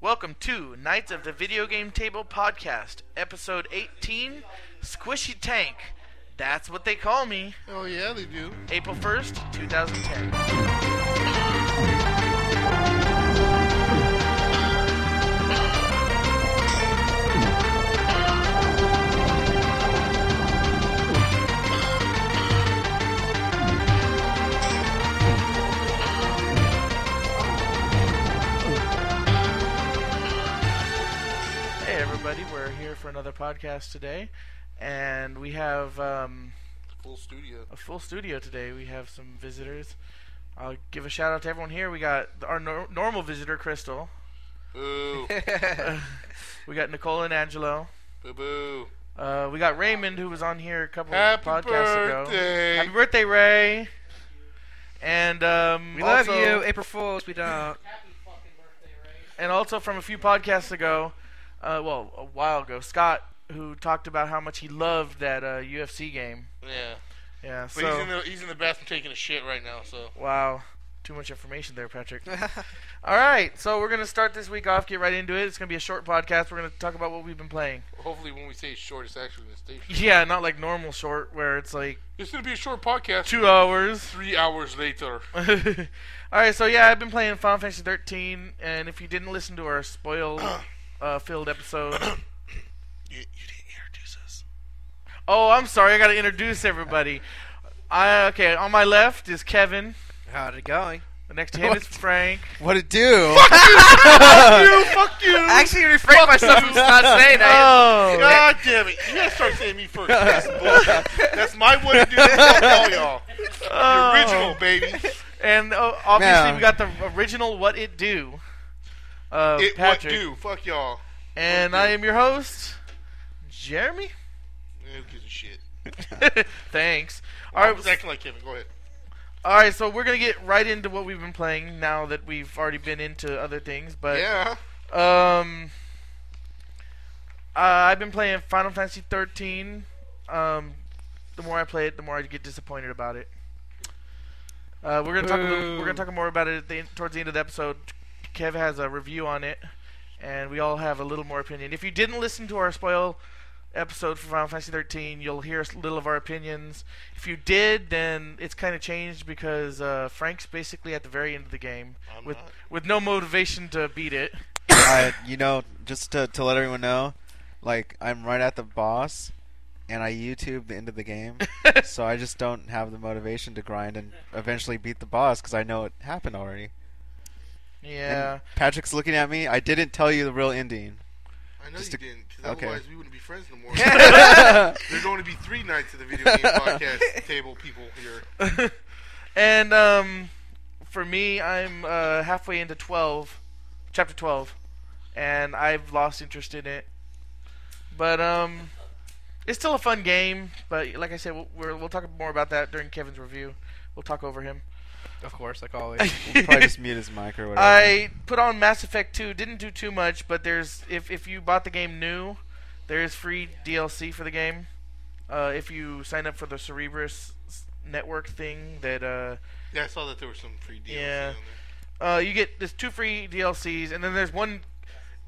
Welcome to Knights of the Video Game Table Podcast, Episode 18 Squishy Tank. That's what they call me. Oh yeah, they do. April 1st, 2010. Hey, everybody, we're here for another podcast today, and we have. Um, Full studio. a full studio today. We have some visitors. I'll give a shout out to everyone here. We got our nor- normal visitor, Crystal. Boo. We got Nicole and Angelo. boo boo. Uh, we got Raymond, who was on here a couple Happy podcasts ago. birthday. Happy birthday, Ray! And um, We love also- you, April Fools. We don't. And also from a few podcasts ago, uh, well, a while ago, Scott, who talked about how much he loved that uh, UFC game. yeah. Yeah. But So he's in the he's in the bathroom taking a shit right now, so wow, too much information there, Patrick. All right, so we're gonna start this week off. Get right into it. It's gonna be a short podcast. We're gonna talk about what we've been playing. hopefully when we say short it's actually gonna stay short. Yeah, not like normal short where it's like It's gonna be a short podcast. two hours. Three hours later. All right, so yeah, I've been playing Final Fantasy 13, and if you didn't listen to our spoil-filled episode, You, you didn't introduce us. oh, I'm sorry, I gotta introduce everybody. I okay, on my left is Kevin. How's it going? Next to him is Frank. What it do? you, fuck you. I actually refrained myself from not saying that. oh, God damn it. You gotta start saying me first. That's bullshit. That's my way to do this. Fuck all y'all. Oh. The original, baby. And oh, obviously Man. we got the original "What It Do." Uh, It what Patrick. do. Fuck y'all. And I am your host, Jeremy. Who gives a shit? Thanks. All I right, was acting like Kevin. Go ahead. all right. So we're gonna get right into what we've been playing now that we've already been into other things. But Yeah. um, uh, I've been playing Final Fantasy 13. Um, the more I play it, the more I get disappointed about it. Uh, we're gonna talk. A little, Boo. we're gonna talk more about it at the, end- towards the end of the episode. Kev has a review on it, and we all have a little more opinion. If you didn't listen to our spoil episode for Final Fantasy 13, you'll hear a little of our opinions. If you did, then it's kind of changed because uh, Frank's basically at the very end of the game I'm with not. with no motivation to beat it. I, you know, just to, to let everyone know, like I'm right at the boss, and I YouTube the end of the game, so I just don't have the motivation to grind and eventually beat the boss because I know it happened already. And Yeah. Patrick's looking at me. I didn't tell you the real ending. I know Just you to- didn't, because okay. otherwise we wouldn't be friends no more. yeah, There's going to be three nights of the video game podcast table people here. and um, for me, I'm uh, halfway into 12, chapter 12, and I've lost interest in it. But um, it's still a fun game. But like I said, we'll, we're, we'll talk more about that during Kevin's review. We'll talk over him. Of course, like always. probably just mute his mic or whatever. I put on Mass Effect 2. Didn't do too much, but there's if if you bought the game new, there is free DLC for the game. Uh, if you sign up for the Cerebrus s- network thing that uh, Yeah, I saw that there was some free deals. Yeah. on uh, you get there's two free DLCs, and then there's one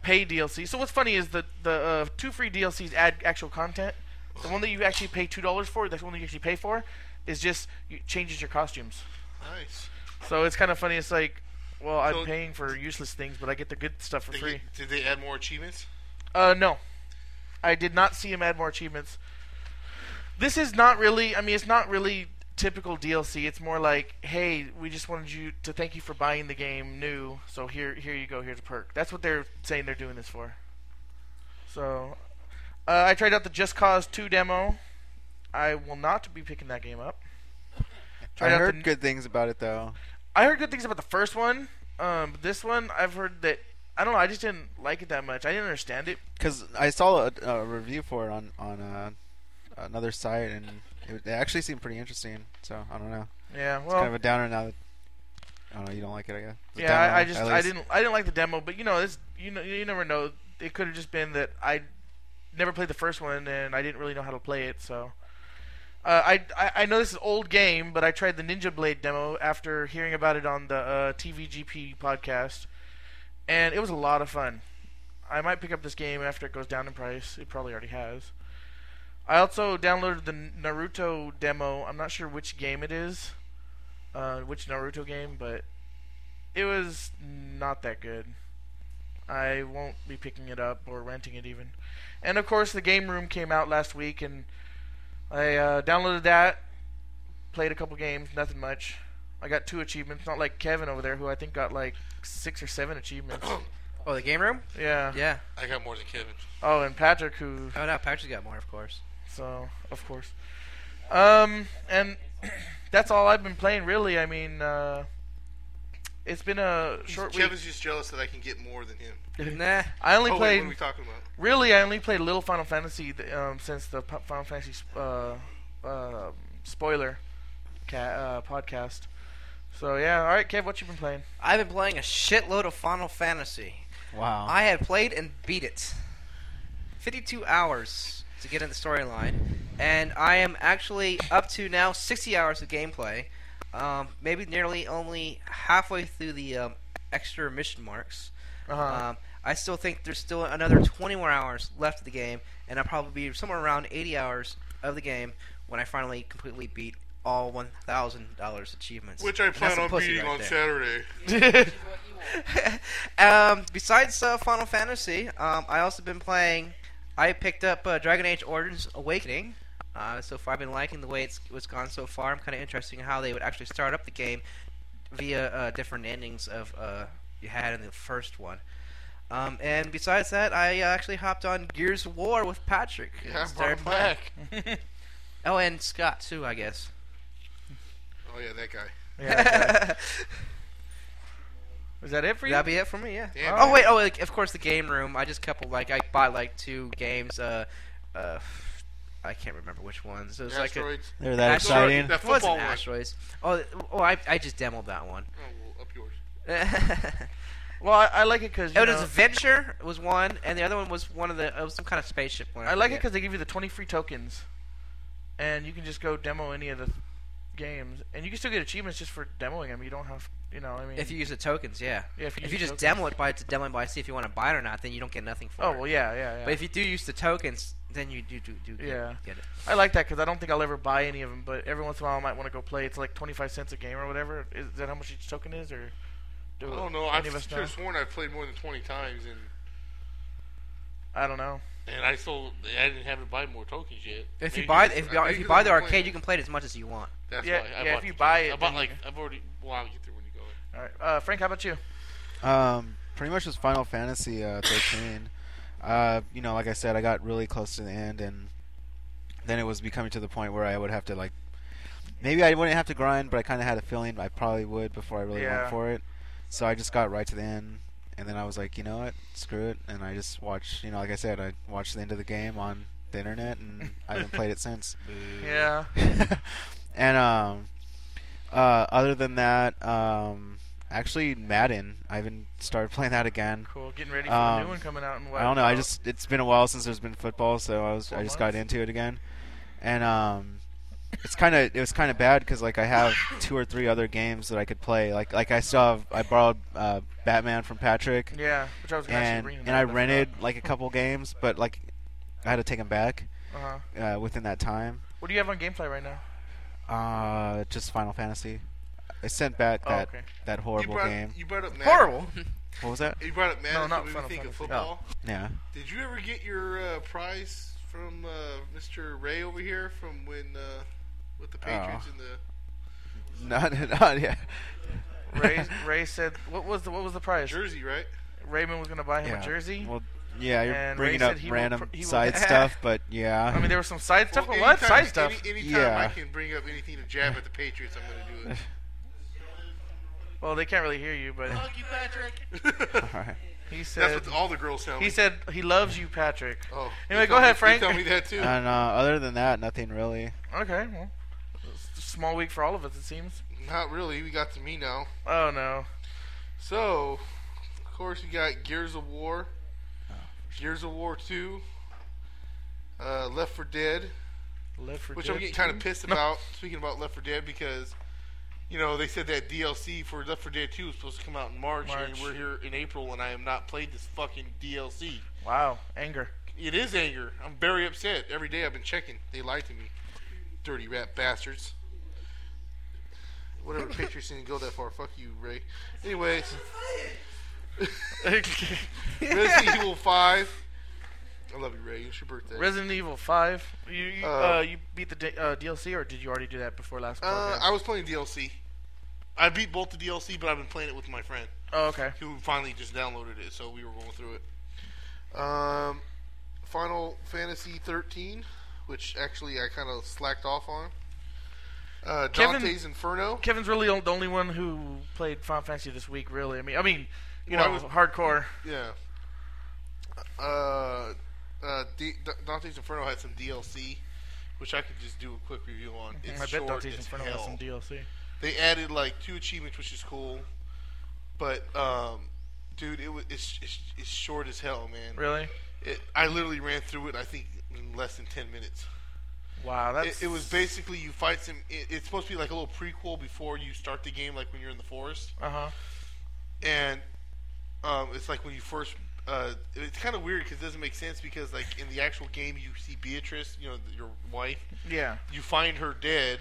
pay DLC. So what's funny is the the uh, two free DLCs add actual content. The one that you actually pay two dollars for, that's the one that you actually pay for, is just you, changes your costumes. there. Nice. So it's kind of funny. It's like, well, I'm So- paying for useless things, but I get the good stuff for They free. get- did they add more achievements? Uh, no, I did not see him add more achievements. This is not really. I mean, it's not really typical DLC. It's more like, hey, we just wanted you to thank you for buying the game new. So here, here you go. Here's a perk. That's what they're saying they're doing this for. So, uh, I tried out the Just Cause 2 demo. I will not be picking that game up. I tried out heard the- good things about it though. I heard good things about the first one. Um, but this one I've heard that I don't know. I just didn't like it that much. I didn't understand it. Cause I saw a, a review for it on on uh, another site, and it, it actually seemed pretty interesting. So I don't know. Yeah. Well, It's kind of a downer now that. I don't know. You don't like it, I guess. It's a Yeah, downer, I, I just at I least. didn't I didn't like the demo, but you know this you know you never know. It could have just been that I never played the first one and I didn't really know how to play it. So uh, I, I I know this is an old game, but I tried the Ninja Blade demo after hearing about it on the uh, TVGP podcast, and it was a lot of fun. I might pick up this game after it goes down in price. It probably already has. I also downloaded the Naruto demo. I'm not sure which game it is, uh, which Naruto game, but it was not that good. I won't be picking it up or renting it even. And of course, the game room came out last week, and I uh, downloaded that, played a couple games, nothing much. I got two achievements, not like Kevin over there, who I think got like six or seven achievements. Oh, the game room? yeah. Yeah. I got more than Kevin. Oh, and Patrick, who Oh no, Patrick's got more, of course. so of course. Um, and that's all I've been playing really. I mean, uh, it's been a short week. Kevin's just jealous that I can get more than him. nah. I only Oh, wait, played what are we talking about? really. I only played little Final Fantasy th- um, since the P- Final Fantasy sp- uh, uh, spoiler ca- uh, podcast. So yeah, all right, Kev, what you been playing? I've been playing a shitload of Final Fantasy. Wow. I had played and beat it. 52 hours to get in the storyline, and I am actually up to now 60 hours of gameplay. Um, maybe nearly only halfway through the um, extra mission marks. Uh-huh. Um, I still think there's still another 20 more hours left of the game, and I'll probably be somewhere around 80 hours of the game when I finally completely beat all $1,000 achievements. Which I And that's plan some on pussy beating right on there. Saturday. um, besides uh, Final Fantasy, um, I also been playing. I picked up uh, Dragon Age Origins Awakening. Uh, so far, I've been liking the way it's, it's gone so far. I'm kind of interested in how they would actually start up the game via uh, different endings of uh, you had in the first one. Um, and besides that, I uh, actually hopped on Gears of War with Patrick. and Yeah, I brought started him playing. back. Oh, and Scott too, I guess. Oh yeah, that guy. Yeah, is that it for you? That'd be it for me, yeah. Damn oh it. wait, oh like, of course the game room. I just coupled like I bought like two games. Uh, uh, I can't remember which ones. It was like a, Asteroids. They're that Actually, exciting. that it wasn't football one. asteroids. Oh, oh, I, I just demoed that one. Oh, well, up yours. it Well, I, I like it because you was know, Adventure was one, and the other one was one of the it was some kind of spaceship one. I like it forget. because they give you the 20 free tokens, and you can just go demo any of the th- games, and you can still get achievements just for demoing them. You don't have, you know, I mean, if you use the tokens, yeah. Yeah, if you use just tokens. demo it by to demo it by see if you want to buy it or not, then you don't get nothing for oh it. well, yeah, yeah, yeah. But if you do use the tokens, then you do do do get, Yeah. get it. I like that because I don't think I'll ever buy any of them, but every once in a while I might want to go play. It's like 25 cents a game or whatever. Is that how much each token is, or do I don't know. I any of us should know? have sworn I've played more than 20 times, and I don't know. and I still I didn't have to buy more tokens yet. If you Maybe buy just- if you, I if think you buy I'm the playing arcade, it. you can play it as much as you want. That's Yeah, why I yeah, bought if you the buy game. it, I bought then like you- I've already. Well, I'll get there when you go. in. All right, uh, Frank, how about you? Um, pretty much was Final Fantasy uh, 13. uh, you know, like I said, I got really close to the end, and then it was becoming to the point where I would have to like, maybe I wouldn't have to grind, but I kind of had a feeling I probably would before I really Yeah. went for it. So I just got right to the end, and then I was like, you know what, screw it, and I just watched. You know, like I said, I watched the end of the game on the internet, and I haven't played it since. Yeah, and um, uh, other than that, um, actually Madden, I haven't started playing that again. cool. Getting ready for the Um, new one coming out. In what, I don't know. I about just it's been a while since there's been football, so I was Four I just months? got into it again, and um, it's kind of it was kind of bad because like I have two or three other games that I could play. Like like I still have I borrowed uh, Batman from Patrick, yeah, which I was gonna actually and bringing and I up, forgot. rented like a couple games, but like I had to take them back Uh-huh. uh, within that time. What do you have on GameFly right now? Uh, just Final Fantasy. I sent back Oh, that okay. that You horrible brought, game. You brought up Madden. Horrible. What was that? You brought up Madden. not so Final we think of Fantasy. football. Yeah. Did you ever get your uh, prize from uh, Mr. Ray over here from when uh, with the Patriots Oh. and the Not not yeah. Ray, Ray said, "What was the what was the prize?" jersey, right? Raymond was gonna buy him yeah. a jersey. Well, yeah, you're And Ray bringing said up he will random pr- he will- side stuff, but yeah. I mean, there was some side stuff. Well, but what anytime- side stuff? Any, anytime Yeah. I can bring up anything to jab at the Patriots, I'm going to do it. well, they can't really hear you, but Fuck you, Patrick. All right. he That's said what all the girls tell me. he said he loves you, Patrick. Oh, Anyway, they go tell ahead, me- Frank. They tell me that too. And uh, other than that, nothing really. Okay, well, it's a small week for all of us, it seems. Not really. We got to me now. Oh no. So, of course, we got Gears of War, Gears of War Two, uh, Left for Dead, Left for which Dead I'm getting kind of 2? pissed No. about. Speaking about Left for Dead, because you know, they said that DLC for Left 4 Dead 2 was supposed to come out in March, and March. we're here in April, and I have not played this fucking DLC. Wow, anger. It is anger. I'm very upset. Every day I've been checking. They lied to me. Dirty rat bastards. Whatever Patriots didn't go that far. Fuck you, Ray. Anyways, Resident Evil 5. I love you, Ray. It's your birthday. Resident Evil Five. You you, Uh, uh, you beat the D- uh, DLC, or did you already do that before last? uh, podcast? I was playing DLC. I beat both the DLC, but I've been playing it with my friend. oh, okay. who finally just downloaded it, so we were going through it. Um, Final Fantasy 13, which actually I kind of slacked off on. Uh, Kevin- Dante's Inferno. Kevin's really the only one who played Final Fantasy this week. Really, I mean, I mean, you Well, I know, was- hardcore. Yeah. Uh, uh, D- D- Dante's Inferno had some DLC, which I could just do a quick review on. It's Mm-hmm. I short, bet Dante's it's Inferno has hell. some DLC. they added like two achievements, which is cool. But um, dude, it was it's, it's it's short as hell, man. Really? It, I literally ran through it. I think in less than ten minutes. Wow, that's It, it was basically you fight some. It, it's supposed to be like a little prequel before you start the game, like when you're in the forest, uh huh. and um, it's like when you first. Uh, it's kind of weird because it doesn't make sense because like in the actual game you see Beatrice, you know th- your wife, Yeah. you find her dead,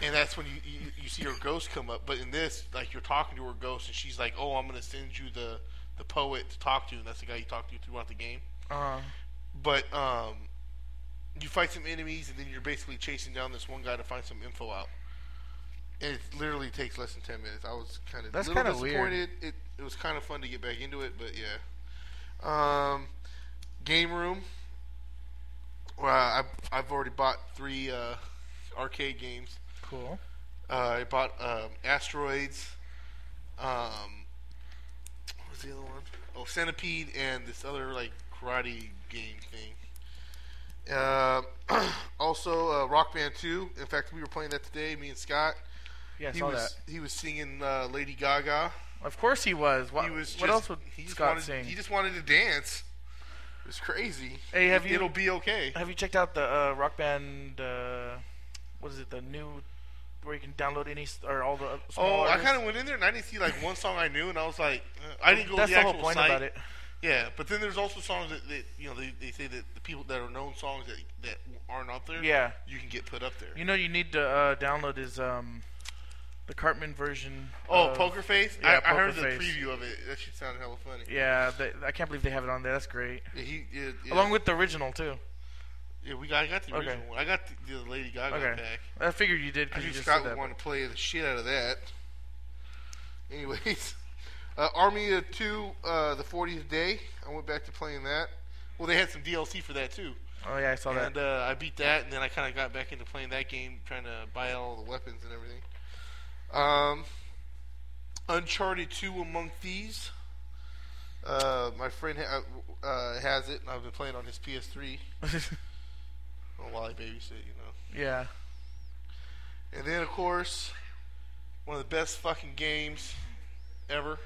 and that's when you, you you see her ghost come up. But in this, like you're talking to her ghost, and she's like, "Oh, I'm gonna send you the the poet to talk to," and that's the guy you talk to throughout the game. Uh, But um, you fight some enemies, and then you're basically chasing down this one guy to find some info out. And it literally takes less than ten minutes. I was kind of That's little kinda weird. disappointed. It it was kind of fun to get back into it, but yeah. Um, game room. Well, I I've already bought three uh, arcade games. cool. Uh, I bought um, Asteroids. Um, what was the other one? Oh, Centipede and this other like karate game thing. Uh, also, uh, Rock Band 2. In fact, we were playing that today. Me and Scott. Yeah, I he saw was he was singing uh, Lady Gaga. that. Of course he was. What, He was. Just, what else would he just Scott wanted, sing? He just wanted to dance. It was crazy. Hey, have you- It'll be okay. Have you checked out the uh, Rock Band? Uh, what is it? The new where you can download any s- or all the. uh, small Oh, I artists? kind of went in there and I didn't see like one song I knew, and I was like, uh, I didn't go That's to the the, whole actual point site. about it. Yeah, but then there's also songs that, that you know they, they say that the people that are known songs that that aren't up there. Yeah. you can get put up there. You know, you need to uh, download is um, the Cartman version. oh, of- Poker Face! uh, yeah, I, I heard Poker the Face. preview of it. That shit sounded hella funny. Yeah, they, I can't believe they have it on there. That's great. Yeah, he, yeah, yeah. Along with the original too. yeah, we got I got the Okay. original one. I got the, the Lady Gaga Okay, pack. I figured you did I because you knew just Scott said that. would want to play the shit out of that. Anyways, uh, Army of Two, uh, the 40th day. I went back to playing that. Well, they had some DLC for that too. Oh yeah, I saw that. and uh, I beat that, and then I kind of got back into playing that game, trying to buy all the weapons and everything. Um, Uncharted 2 Among Thieves. Uh, my friend ha- uh, has it, and I've been playing on his PS3 Oh, while I babysit, you know. yeah. And then, of course, one of the best fucking games ever.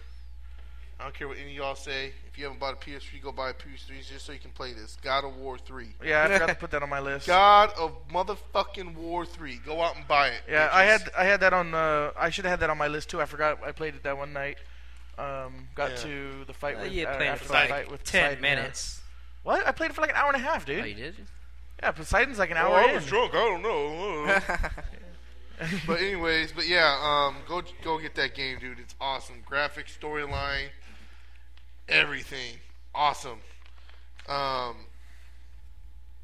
I don't care what any of y'all say. If you haven't bought a PS3, go buy a PS3 just so you can play this. God of War 3. Yeah, I forgot to put that on my list. God of motherfucking War Three. Go out and buy it. Yeah, bitches. I had I had that on. Uh, I should have had that on my list too. I forgot I played it that one night. Um, got Yeah. to the fight Uh, with you uh, played it after for the like fight with ten Poseidon, yeah. minutes. What? I played it for like an hour and a half, dude. Oh, you did? yeah, Poseidon's like an Oh, hour. I was in. drunk. I don't know. but anyways, but yeah, um, go go get that game, dude. It's awesome. Graphics, storyline, everything, awesome. Um,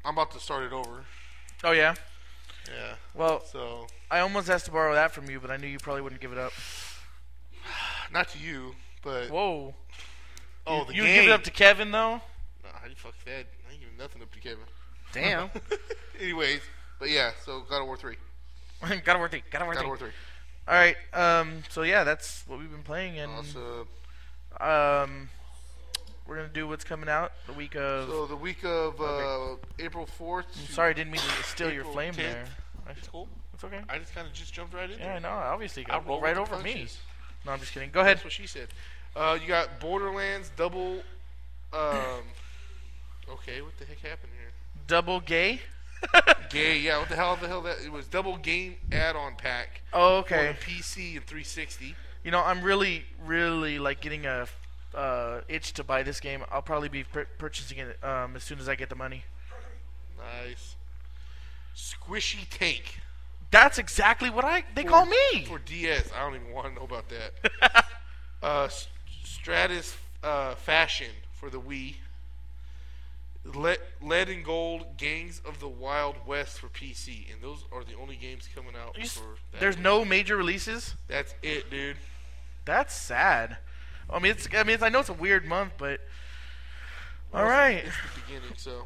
I'm about to start it over. Oh yeah. Yeah. Well, So I almost asked to borrow that from you, but I knew you probably wouldn't give it up. not to you, but Whoa. oh, the You would game. give it up to Kevin though. Nah, how you fuck that? I ain't giving nothing up to Kevin. Damn. anyways, but yeah, so God of War Three. gotta work it. Gotta work God it. of War Three. All right. Um. So yeah, that's what we've been playing, and Awesome. um, we're gonna do what's coming out the week of. So the week of uh, April 4th. I'm to- sorry, I didn't mean to steal your April flame 10th. there. I- It's cool. It's okay. I just kind of just jumped right in Yeah, I there. know. Obviously, I got roll right with the over me. punches. No, I'm just kidding. Go ahead. That's what she said. Uh, you got Borderlands double. Um, okay, what the heck happened here? Double gay. Gay, yeah. What the hell? The hell that it was double game add-on pack Oh, on okay. the PC and 360. You know, I'm really, really like getting a uh, itch to buy this game. I'll probably be pur- purchasing it um, as soon as I get the money. Nice. Squishy tank That's exactly what I they call me. for DS. I don't even want to know about that. uh, S- Stratus uh, fashion for the Wii. Le- Lead and Gold Gangs of the Wild West for PC, and those are the only games coming out You s- for that. There's no major releases. That's it, dude. That's sad. I mean, it's I mean, it's, I know it's a weird month, but all right, It's the beginning, so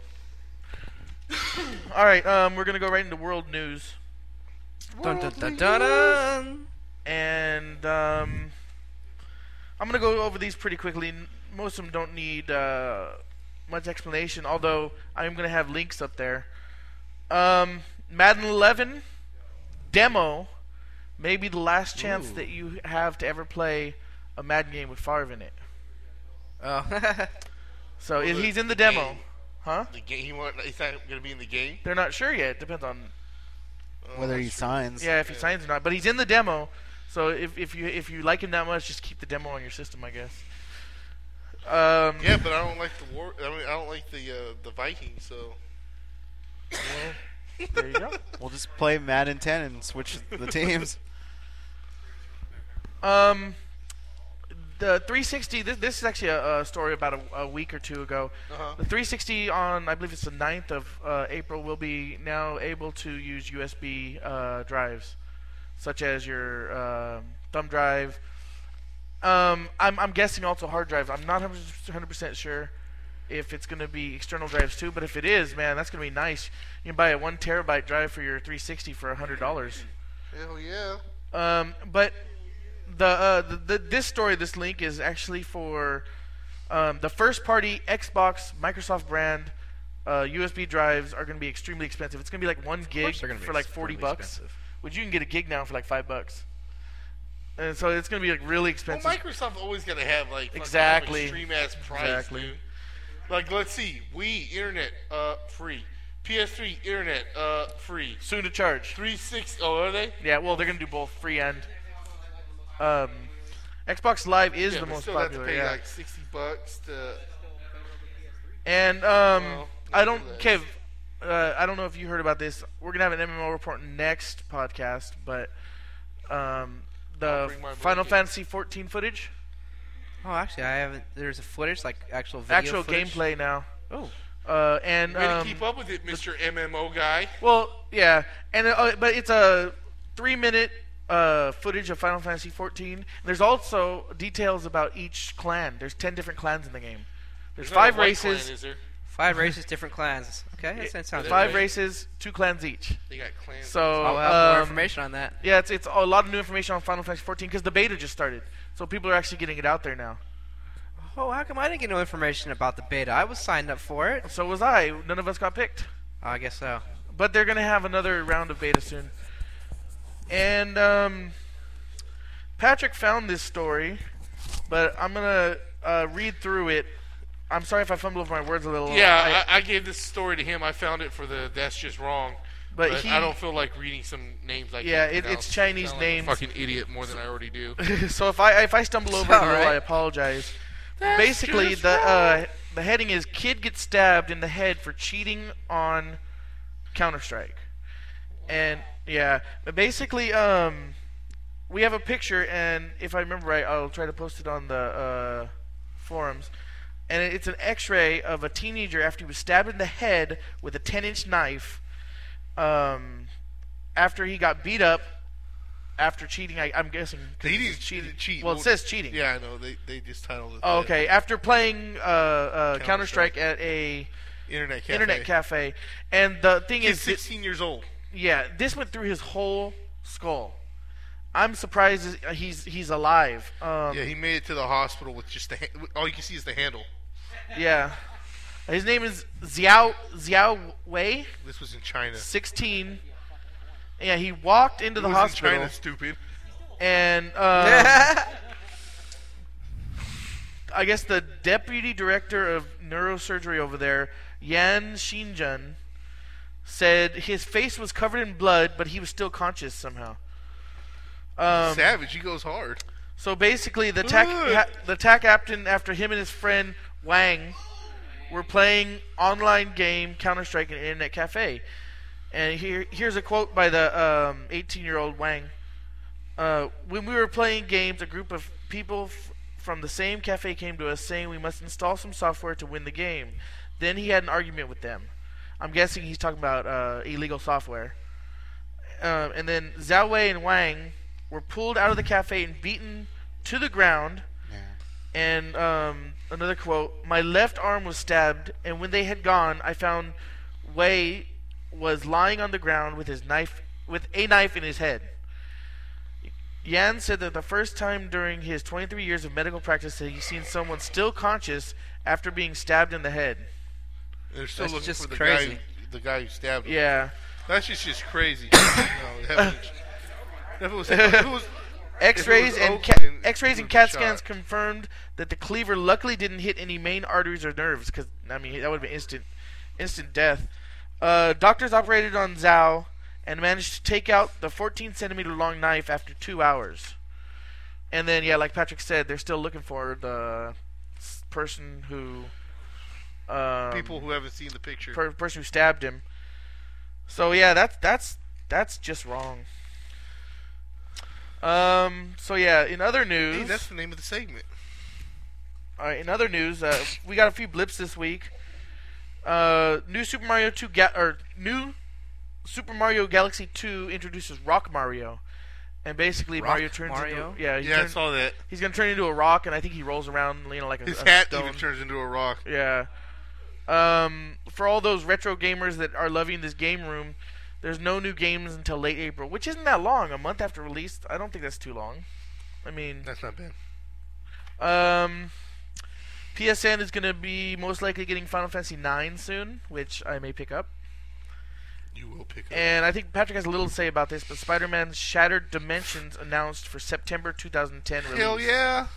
all right. Um, we're gonna go right into world news, Dun, dun, dun, dun, dun. and um, I'm gonna go over these pretty quickly. N- Most of them don't need uh, much explanation, although I'm gonna have links up there. Um, Madden 11 demo may be the last chance that you have to ever play a Madden game with Favre in it. Oh. So Well, the he's in the demo, game- huh? the game. He want, he's not gonna be in the game. They're not sure yet. Depends on Oh, Whether he that's signs. Yeah, if he signs or not. But he's in the demo, so if, if you if you like him that much, just keep the demo on your system, I guess. Um, true. Yeah, but I don't like the war. I mean, I don't like the uh, the Vikings. So There you go. We'll just play Madden 10 and switch the teams. Um, the 360. This, this is actually a, a story about a, a week or two ago. Uh-huh. The 360 on I believe it's the 9th of uh, April will be now able to use USB uh, drives, such as your um thumb drive. Um, I'm I'm guessing also hard drives. I'm not 100 percent sure if it's going to be external drives too, but if it is, man, that's going to be nice. You can buy a one terabyte drive for your 360 for hundred dollars. hell yeah. Um, but the, uh, the, the this story, this link is actually for um, the first party Xbox Microsoft brand uh, USB drives are going to be extremely expensive. It's going to be like one gig course they're gonna be for like forty extremely bucks, expensive. which you can get a gig now for like five bucks. And so it's going to be like really Well, expensive. Microsoft always gotta have like fucking Exactly. extreme ass price, Exactly. dude. Like, let's see, Wii internet uh free, PS3 internet uh free, Soon to charge. 360. Oh, are they? Yeah, well, they're going to do both free and um, Xbox Live is yeah, the but most still popular. have to pay yeah. like 60 bucks to. And um, Well, I don't, nevertheless. Kev. Uh, I don't know if you heard about this. We're gonna have an MMO report next podcast, but um, the I'll bring my Final blanket. Fantasy 14 footage, oh, actually, I haven't. There's a footage, like actual video actual footage. gameplay now, Oh, uh, and Way to um, keep up with it, Mr. MMO guy. well, yeah, and uh, but it's a three-minute uh, footage of Final Fantasy 14. There's also details about each clan. There's ten different clans in the game. There's, not a five white clan, races, is there? five races, different clans. Okay, that sounds sounds five good. right? races, two clans each. They got clans. So I'll have more um, information on that. Yeah, it's it's a lot of new information on Final Fantasy 14 because the beta just started, so people are actually getting it out there now. Oh, how come I didn't get no information about the beta? I was signed up for it. Oh, So was I. None of us got picked, I guess so. but they're gonna have another round of beta soon. And um, Patrick found this story, but I'm gonna uh, read through it. I'm sorry if I fumble over my words a little. yeah, I, I gave this story to him. I found it for the that's just wrong. But But, he- I don't feel like reading some names like Yeah, it- it's Chinese names. fucking idiot more than I already do. I- so if I if I stumble over it, all right. I apologize. That's Basically, just the wrong. uh, the heading is "Kid gets stabbed in the head for cheating on Counter Strike," and yeah, but basically, um, we have a picture, and if I remember right, I'll try to post it on the uh, forums. And it- it's an X-ray of a teenager after he was stabbed in the head with a 10-inch knife. Um, after he got beat up, after cheating, I, I'm guessing. 'cause They it didn't says cheat. Well, it says cheating. Yeah, I know. They they just titled it. Oh, that. okay. After playing uh, uh, Counter Counter-Strike. Strike at a Internet cafe. internet cafe, and the thing He's is, thi- 16 years old. yeah, this went through his whole skull. I'm surprised he's- he's he's alive. Um, Yeah, yeah. he made it to the hospital with just the. Ha- all you can see is the handle. His name is Xiao Xiao Wei, This was in China. 16. Yeah, he walked into the It was in hospital China, stupid. and Um, uh, I guess the deputy director of neurosurgery over there, Yan Xinjun, said his face was covered in blood, but he was still conscious somehow. Um, Savage, he goes hard. so basically, the TAC, Ugh. ha, the TAC captain, after him and his friend Wang, were playing online game Counter Strike in an internet cafe. And here, here's a quote by the 18 year old Wang. Uh, when we were playing games, a group of people f- from the same cafe came to us saying we must install some software to win the game. Then he had an argument with them. I'm guessing he's talking about uh, illegal software. Um, and then Zhao Wei and Wang were pulled out of the cafe and beaten to the ground. And um, another quote: "My left arm was stabbed, and when they had gone, I found Wei was lying on the ground with his knife, with a knife in his head." Yan said that the first time during his 23 years of medical practice that he's seen someone still conscious after being stabbed in the head. They're still That's looking just for the crazy. guy, the guy who stabbed him. Yeah, That's just just crazy. no, that was, that was, that was, X-rays was and open, ca- it would've X-rays and been CAT shot. scans confirmed that the cleaver luckily didn't hit any main arteries or nerves, because I mean that would have been instant, instant death. Uh, doctors operated on Zhao and managed to take out the 14 centimeter long knife after two hours. And then, yeah, like Patrick said, they're still looking for the s- person who um, people who haven't seen the picture. per- person who stabbed him. So yeah, that's that's that's just wrong. Um. So yeah, in other news, Hey, that's the name of the segment. all right, in other news, uh, we got a few blips this week. Uh, new Super Mario Two ga- or new Super Mario Galaxy Two introduces Rock Mario, and basically Rock Mario turns Mario? into yeah, he Yeah, I turns- saw that. he's gonna turn into a rock, and I think he rolls around, you know, like a, His a hat stone. even turns into a rock. Yeah. Um, for all those retro gamers that are loving this game room, there's no new games until late April, which isn't that long. A month after release, I don't think that's too long. I mean, That's not bad. um, PSN is going to be most likely getting Final Fantasy IX soon, which I may pick up. You will pick up. And I think Patrick has a little to say about this, but Spider-Man: Shattered Dimensions announced for September 2010 release. Hell yeah!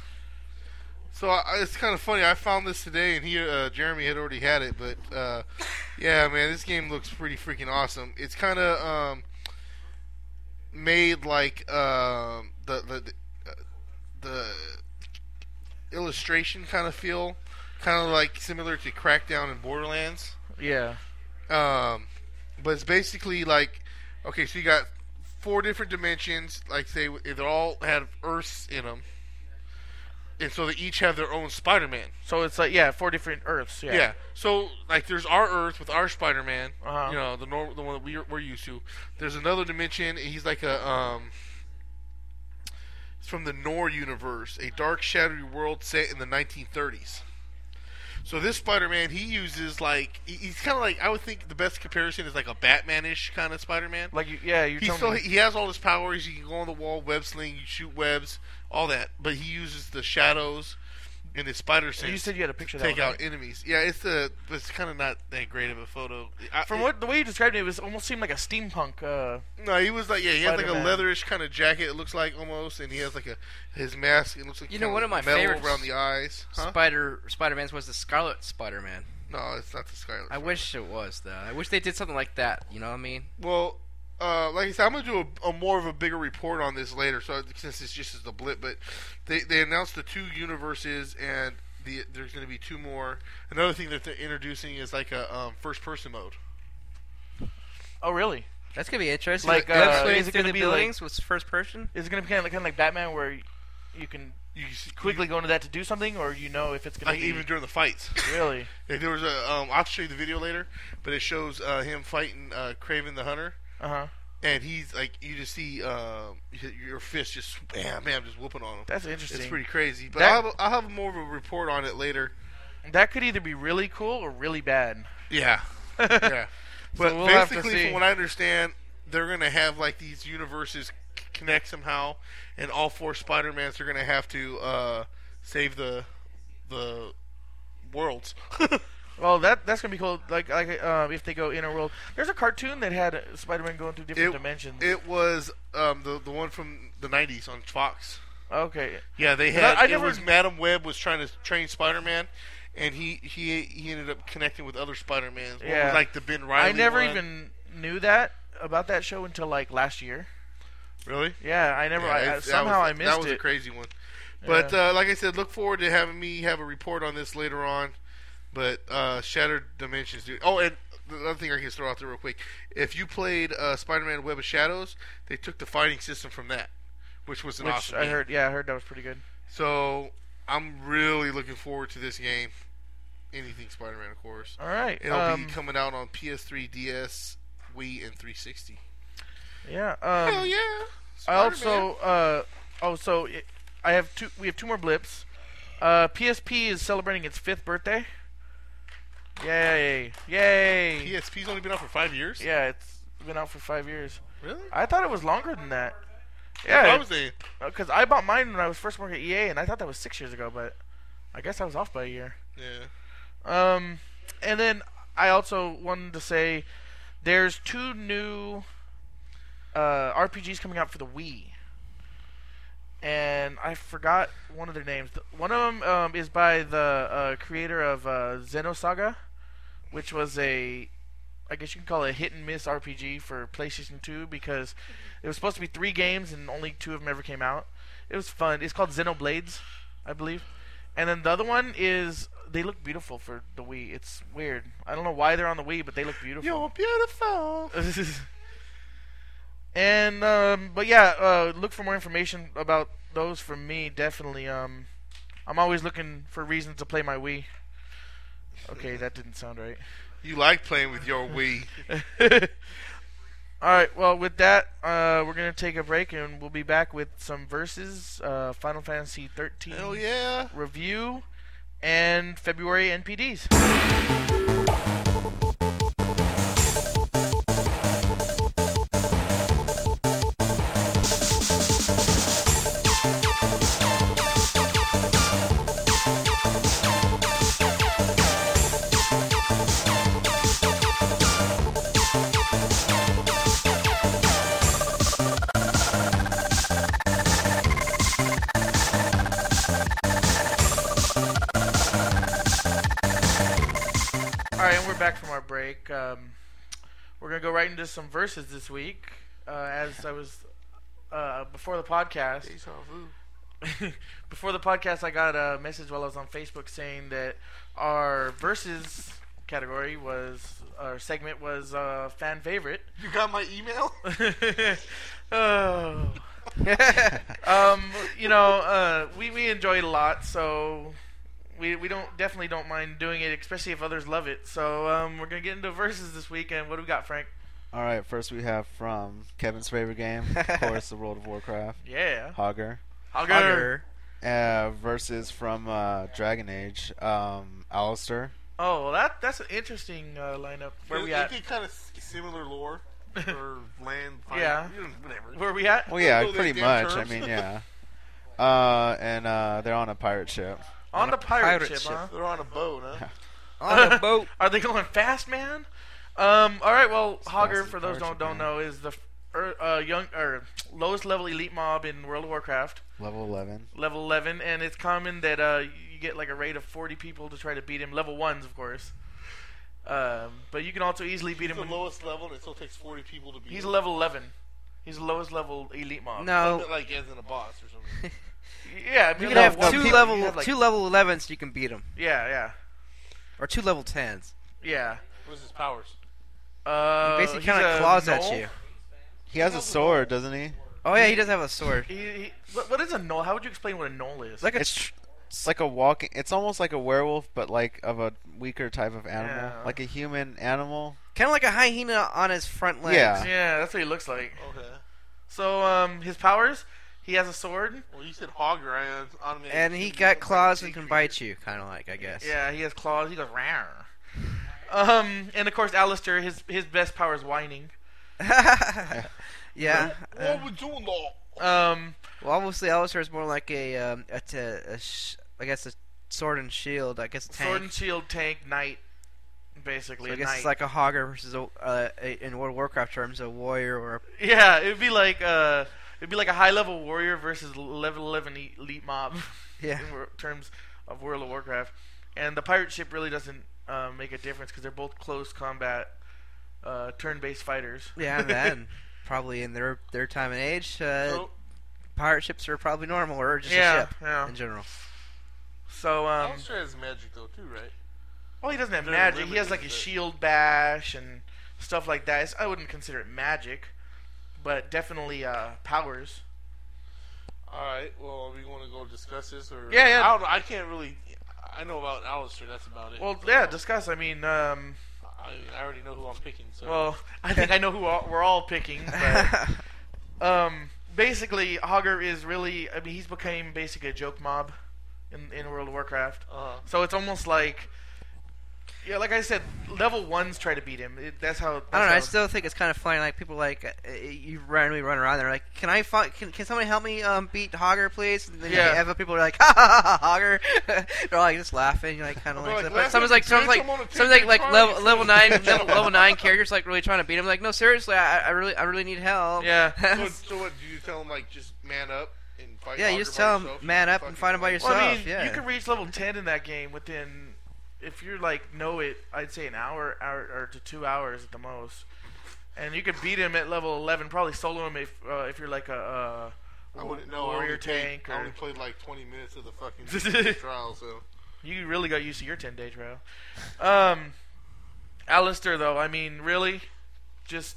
So I, I- it's kind of funny. I found this today, and he, uh, Jeremy, had already had it. But uh, yeah, man, this game looks pretty freaking awesome. It's kind of um, made like um the the the, uh, the illustration kind of feel, kind of like similar to Crackdown and Borderlands. Yeah. Um, but it's basically like, okay, so you got four different dimensions. Like say they all have Earths in them, and so they each have their own Spider-Man. So it's like yeah, four different Earths. Yeah. Yeah. So like, there's our Earth with our Spider-Man. Uh-huh. You know, the normal, the one that we're, we're used to. There's another dimension. and He's like a um. It's from the Nor universe, a dark, shadowy world set in the 1930s. So this Spider-Man, he uses like he- he's kind of like I would think the best comparison is like a Batman-ish kind of Spider-Man. Like you, yeah, you He told still me. he has all his powers. He can go on the wall, web sling, you shoot webs, all that. But he uses the shadows and his spider sense you said you had a picture of that take one, right? out enemies. Yeah, it's a it's kind of not that great of a photo. I, From what the way you described it, it was almost seemed like a steampunk. Uh, No, he was like yeah, he has like a Spider-Man. leatherish kind of jacket. It looks like almost, and he has like a his mask. It looks like You know, kinda one of my metal favorites- around the eyes. Huh? Spider Spider Man's was the Scarlet Spider Man. no, it's not the Skyler. I wish it was though. I wish they did something like that. You know what I mean? Well, uh, like I said, I'm gonna do a, a more of a bigger report on this later. So since it's just as a blip, but they they announced the two universes and the there's gonna be two more. Another thing that they're introducing is like a um, first person mode. oh, really? That's gonna be interesting. Like, That's uh, what is it's it through gonna the be buildings with first person? Is it gonna be kind of like, kind of like Batman, where y- you can You can see- quickly go into that to do something, or you know if it's gonna like be even during the fights. really? If there was a, um, I'll show you the video later, but it shows uh, him fighting uh, Craven the Hunter. Uh huh. And he's like, you just see um, y- your fist just bam, bam, just whooping on him. That's interesting. It's pretty crazy. But That- I'll, have a, I'll have more of a report on it later. That could either be really cool or really bad. Yeah. yeah. But we'll have to basically, see. from what I understand, they're going to have like these universes c- connect somehow, and all four Spider-Mans are going to have to uh, save the the worlds. Well, that that's gonna be cool. Like like uh, if they go inner world, there's a cartoon that had uh, Spider-Man going through different It- dimensions. it was um, the the one from the 90s on Fox. okay. Yeah, they I- had. I it never- was Madam Web was trying to train Spider-Man, and he he he ended up connecting with other Spider Mans. Yeah. like the Ben Riley. I never one. even knew that about that show until like last year. really. Yeah, I never. Yeah, I, I- that was- somehow I That missed was a it. crazy one. But uh, like I said, look forward to having me have a report on this later on. But uh, Shattered Dimensions, dude. Oh, and the other thing I can throw out there real quick: if you played uh, Spider-Man: Web of Shadows, they took the fighting system from that, which was an which awesome. I game. heard. Yeah, I heard that was pretty good. So I'm really looking forward to this game. Anything Spider-Man, of course. All right. It'll um, be coming out on PS3, DS, Wii, and 360. yeah. Um, Hell yeah! Hmm. I Spider-Man. also. Uh, oh, so it, I have two. We have two more blips. Uh, PSP is celebrating its fifth birthday. Yay! Yay! PSP's only been out for five years. Yeah, it's been out for five years. Really? I thought it was longer than that. That's what Yeah, I was saying. because I bought mine when I was first working at EA, and I thought that was six years ago, but I guess I was off by a year. Yeah. Um, and then I also wanted to say there's two new uh, RPGs coming out for the Wii, and I forgot one of their names. The- One of them um, is by the uh, creator of uh, Xenosaga, which was a I guess you can call it a hit and miss RPG for PlayStation 2 because it was supposed to be three games and only two of them ever came out. It was fun. It's called Xenoblades, I believe. And then the other one is they look beautiful for the Wii. It's weird. I don't know why they're on the Wii, but they look beautiful. You're beautiful. and um, but yeah, uh, look for more information about those from me. Definitely. Um, I'm always looking for reasons to play my Wii. Okay, that didn't sound right. You like playing with your Wii. All right. Well, with that, uh, we're gonna take a break, and we'll be back with some verses, uh, Final Fantasy 13 Hell yeah. review, and February NPDs. All right, and we're back from our break. Um, we're gonna go right into some verses this week. Uh, as I was uh, before the podcast, Deja vu. before the podcast, I got a message while I was on Facebook saying that our verses category was our segment was uh, fan favorite. You got my email? oh. um, you know, uh, we we enjoy it a lot, so we we don't definitely don't mind doing it, especially if others love it. So um, we're gonna get into verses this week, and what do we got, Frank? All right, first we have from Kevin's favorite game, of course, the World of Warcraft, Yeah, Hogger. Hogger. Uh, versus from uh, Dragon Age, um, Alistair. Oh, well, that that's an interesting uh, lineup. Where we It at? did kind of similar lore or land. fine, Yeah. you know, Whatever. Where we at? Well, Oh, yeah, Those pretty damn much. I terms. mean, yeah. Uh, and uh, they're on a pirate ship. On the pirate, pirate ship, ship. huh? They're on a boat, huh? On the boat. Are they going fast, man? Um, all right. Well, Hogger, as for those pirate don't don't ship, man. know, is the f- er, uh, young or lowest level elite mob in World of Warcraft. Level 11. level 11 and it's common that uh, you get like a raid of 40 people to try to beat him level 1s of course um, but you can also easily beat him It's the when lowest level, and it still takes 40 people to be. he's level 11 he's the lowest level elite mob No. Like, as in a boss or something. yeah I mean, You can like, have one two people- level you have, like- two level 11s you can beat them. yeah yeah Or two level 10s. yeah What's his powers? uh, Basically he's kind a of claws at gnoll. you. He has a sword, doesn't he? Oh yeah, he does have a sword. He, he, what, what is a knoll? How would you explain what a knoll is? It's like a It's tr- it's like a walking. It's almost like a werewolf, but like of a weaker type of animal, Yeah. like a human animal. kind of like a hyena on his front legs. Yeah. yeah, that's what he looks like. Okay. So, um, his powers, he has a sword. Well, you said hogger. I automatically And he assumed got you claws were and can talking bite you, kind of like I guess. Yeah, he has claws. He goes rawr. Um, and of course, Alistair, his his best power is whining. Yeah. yeah. about uh, What we doing, law? Um, well, obviously, Alistair is more like a, um, a, t- a sh- I guess a sword and shield. I guess a tank. sword and shield tank knight, basically. so I a guess knight. it's like a hogger versus a, uh, a, in World of Warcraft terms, a warrior or a yeah, it'd be like uh, it'd be like a high level warrior versus level eleven e-, elite mob yeah. in wor- terms of World of Warcraft. and the pirate ship really doesn't uh, make a difference because they're both close combat, uh, turn-based fighters. Yeah, man. probably in their their time and age, uh, Oh, pirate ships are probably normal or just a yeah, ship yeah. in general. So, um, Alistair has magic though too, right? well, he doesn't have they're magic. He has limited, like a but- shield bash and stuff like that. It's- I wouldn't consider it magic, but definitely uh, powers. All right. Well, are we going to go discuss this or? Yeah, yeah. I don't know. I can't really. I know about Alistair. That's about it. Well, So, yeah, discuss. I mean, um, I, I already know who I'm picking. So. well, I think I know who all, we're all picking, but. um, basically, Hogger is really. I mean, he's became basically a joke mob in in World of Warcraft. uh, So it's almost like, yeah, like I said, level ones try to beat him. It, that's how. That's I don't know. I how- still think it's kind of funny. Like people like uh, uh, you randomly run around there, like, can I find? Can, can somebody help me um, beat Hogger, please? And then Yeah. you have other people are like, ha ha ha, ha Hogger. They're all like just laughing, like kind of Well, like. like, but last someone's time like, you someone's like, chased him on a someone's like, freaking like car, level, you level nine, couldn't- level, level nine characters like really trying to beat him. Like, no, seriously, I, I really, I really need help. Yeah. so, so what? Do you tell him like just man up and fight? Yeah, you Augur just by tell him, yourself? man up Fucking and fight him by fight. Well, I mean, yourself, yeah. you can reach level ten in that game within, if you're like know it, I'd say an hour, hour or to two hours at the most, and you could beat him at level eleven. Probably solo him if uh, if you're like a. Uh, I wouldn't know. I only warrior played- tank, I or only played like 20 minutes of the fucking trial, so You really got used to your 10 day trial. Um, Alistair, though, I mean, really, just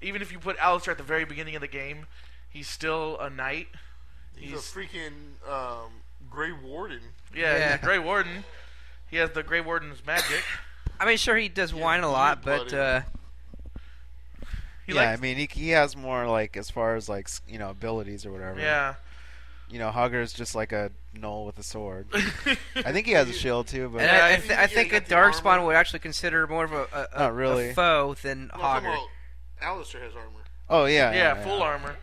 even if you put Alistair at the very beginning of the game, he's still a knight. he's, He's- a freaking um, Grey Warden. Yeah, Yeah. he's a Grey Warden. He has the Grey Warden's magic. I mean, sure, he does whine a you lot, need but bloody. uh, He yeah, likes, I mean, he, he has more like as far as like s- you know abilities or whatever. yeah. You know, Hogger is just like a gnoll with a sword. I think he has a shield too, but and Yeah, I, I, if th- you- I yeah, think you a got the darkspawn armor. would actually consider more of a, a, a, Not a really. foe than Hogger. Well, Alistair has armor. oh yeah, yeah, full armor,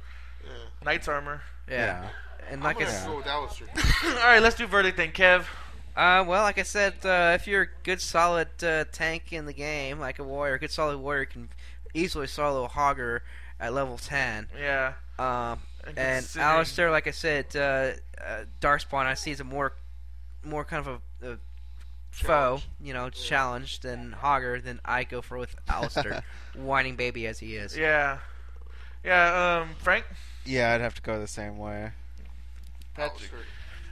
Yeah. knight's armor. Yeah. And I'm like I gonna s- go with Alistair. All right, let's do verdict then, Kev. Uh, well, like I said, uh, if you're a good solid uh, tank in the game, like a warrior, a good solid warrior can easily solo Hogger at level 10. Yeah, Um, and considering- Alistair, like I said, uh, uh, Darkspawn I see is a more, more kind of a, a foe, Challenge. you know, challenge than Hogger than I go for with Alistair, whining baby as he is. yeah, yeah. Um, Frank, Yeah, I'd have to go the same way. Alistair.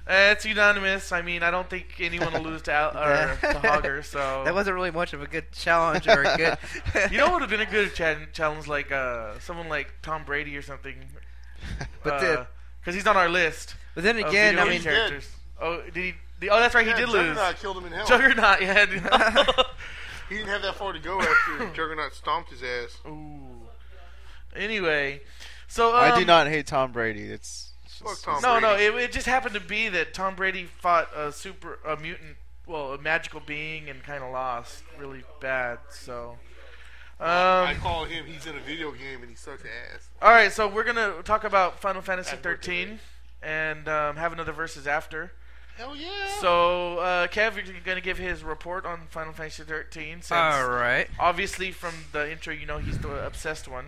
uh, it's unanimous. I mean, I don't think anyone will lose to Al- or to Hogger. So That wasn't really much of a good challenge or a good. You know what would have been a good cha- challenge, like uh, someone like Tom Brady or something. But the- because he's on our list. But then of again, video game I mean, He's dead. characters. Oh, did he? The, oh, that's right, Yeah, he did lose. Juggernaut killed him in hell. Juggernaut, yeah. dude. he didn't have that far to go after Juggernaut stomped his ass. Ooh. Anyway, so um, I do not hate Tom Brady. It's it's Fuck just- Tom No, no, Brady. it, it just happened to be that Tom Brady fought a super a mutant, well, a magical being, and kind of lost really bad. So. Um, I call him. He's in a video game and he sucks ass. All right, so we're gonna talk about Final Fantasy Happy birthday, 13 and um, have another versus after. Hell yeah. So, uh, Kev, you're gonna give his report on Final Fantasy 13. Since all right. obviously, from the intro, you know he's the obsessed one,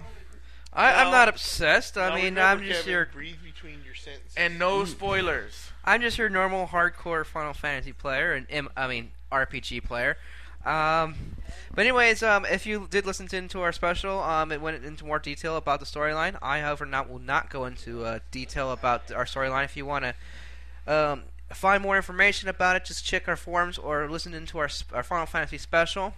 I, I'm No. not obsessed. I Now mean, remember, I'm just Kevin, your breathe between your sentences. and Mm. no spoilers. I'm just your normal hardcore Final Fantasy player and M- I mean RPG player. Um, but anyways, um, if you did listen to into our special, um, it went into more detail about the storyline. I, however, not will not go into uh, detail about our storyline. If you want to um, find more information about it, just check our forums or listen into our sp- our Final Fantasy special.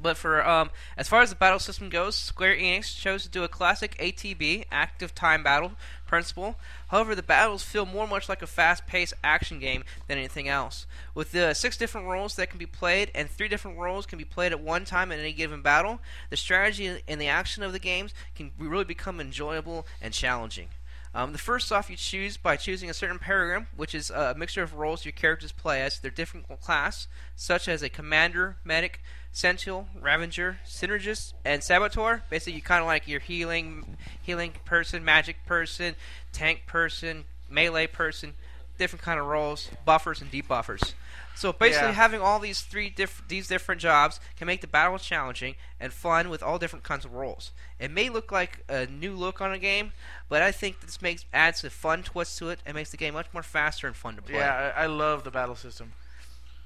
But for um, as far as the battle system goes, Square Enix chose to do a classic ATB (active time battle) principle. However, the battles feel more much like a fast-paced action game than anything else. With the six different roles that can be played, and three different roles can be played at one time in any given battle, the strategy and the action of the games can really become enjoyable and challenging. Um, the first off you choose by choosing a certain pairing, which is uh, a mixture of roles your characters play as their different class, such as a commander, medic, sentinel, ravager, synergist, and saboteur. Basically, you kind of like your healing, healing person, magic person, tank person, melee person, different kind of roles, buffers and debuffers. So basically, Yeah. having all these three diff- these different jobs can make the battle challenging and fun with all different kinds of roles. It may look like a new look on a game, but I think this makes adds a fun twist to it and makes the game much more faster and fun to play. Yeah, I, I love the battle system.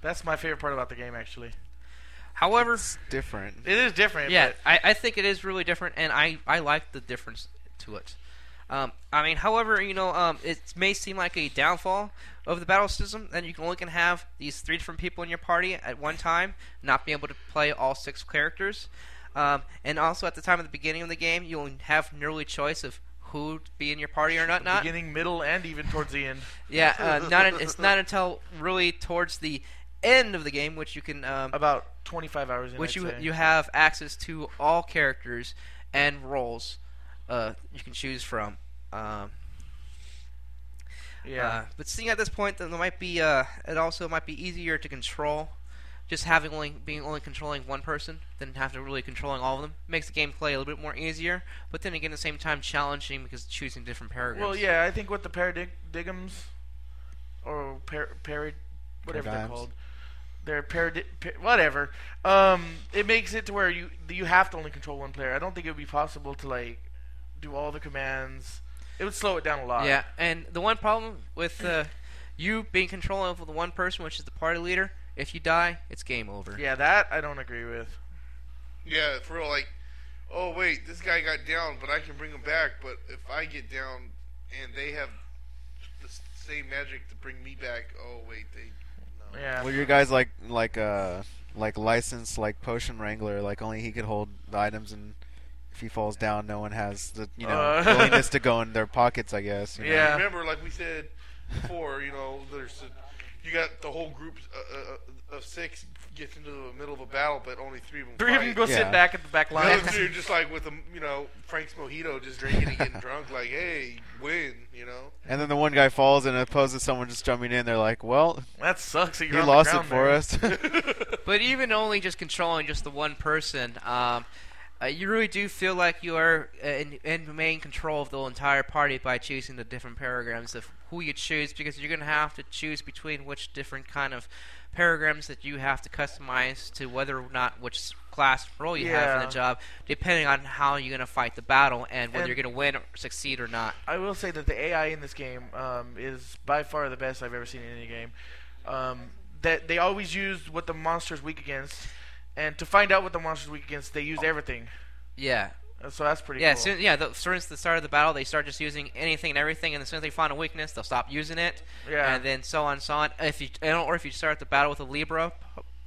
That's my favorite part about the game, actually. However, It's different. It is different. yeah, but I, I think it is really different, and I, I like the difference to it. Um, I mean, however, you know, um, it may seem like a downfall of the battle system, and you can only can have these three different people in your party at one time, not being able to play all six characters. Um, and also, at the time of the beginning of the game, you'll have nearly choice of who to be in your party or Uh, not. Not beginning, middle, and even towards the end. yeah, uh, not un- it's not until really towards the end of the game which you can um, About 25 hours in. I'd which you say. you have access to all characters and roles uh, you can choose from. Um, yeah. uh, but seeing at this point, then there might be uh, it also might be easier to control. Just having only being only controlling one person than have to really controlling all of them makes the gameplay a little bit more easier. But then again, at the same time, challenging because choosing different uh, paragraphs. well, yeah, I think what the paradigms or par- parad whatever they're Paradigms. called, they're paradi- par- whatever. Um, it makes it to where you you have to only control one player. I don't think it would be possible to like do all the commands. It would slow it down a lot. Yeah, and the one problem with uh, you being controlling over the one person, which is the party leader, if you die, it's game over. Yeah, that I don't agree with. Yeah, for real. Like, oh wait, this guy got down, but I can bring him back. But if I get down and they have the s- same magic to bring me back, oh wait, they. No. Yeah. Were you guys like like uh like licensed like potion wrangler? Like only he could hold the items, and if he falls down, no one has the you know Uh. willingness to go in their pockets. I guess. you know? Yeah. Remember, like we said before, you know, there's a, you got the whole group uh, uh, of six gets into the middle of a battle, but only three of them. Three of them go Yeah. sit back at the back The other line. three are just like with the you know Frank's mojito, just drinking and getting drunk. Like, hey, win, you know. And then the one guy falls, and opposed to someone just jumping in, they're like, "Well, that sucks. That you're he on the lost ground it for there. us." But even only just controlling just the one person, um, uh, you really do feel like you are uh, in, in main control of the entire party by choosing the different paragraphs of who you choose, because you're going to have to choose between which different kind of paragraphs that you have to customize to whether or not which class role you have Yeah. in the job, depending on how you're going to fight the battle and whether And- you're going to win or succeed or not. I will say that the AI in this game um, is by far the best I've ever seen in any game. Um, that they always use what the monster's weak against, and to find out what the monster's weak against, they use everything. Yeah. Uh, So that's pretty. Yeah, cool. soon, yeah. The, soon as the start of the battle, they start just using anything and everything, and as soon as they find a weakness, they'll stop using it. Yeah. And then so on, so on. If you and- or if you start the battle with a Libra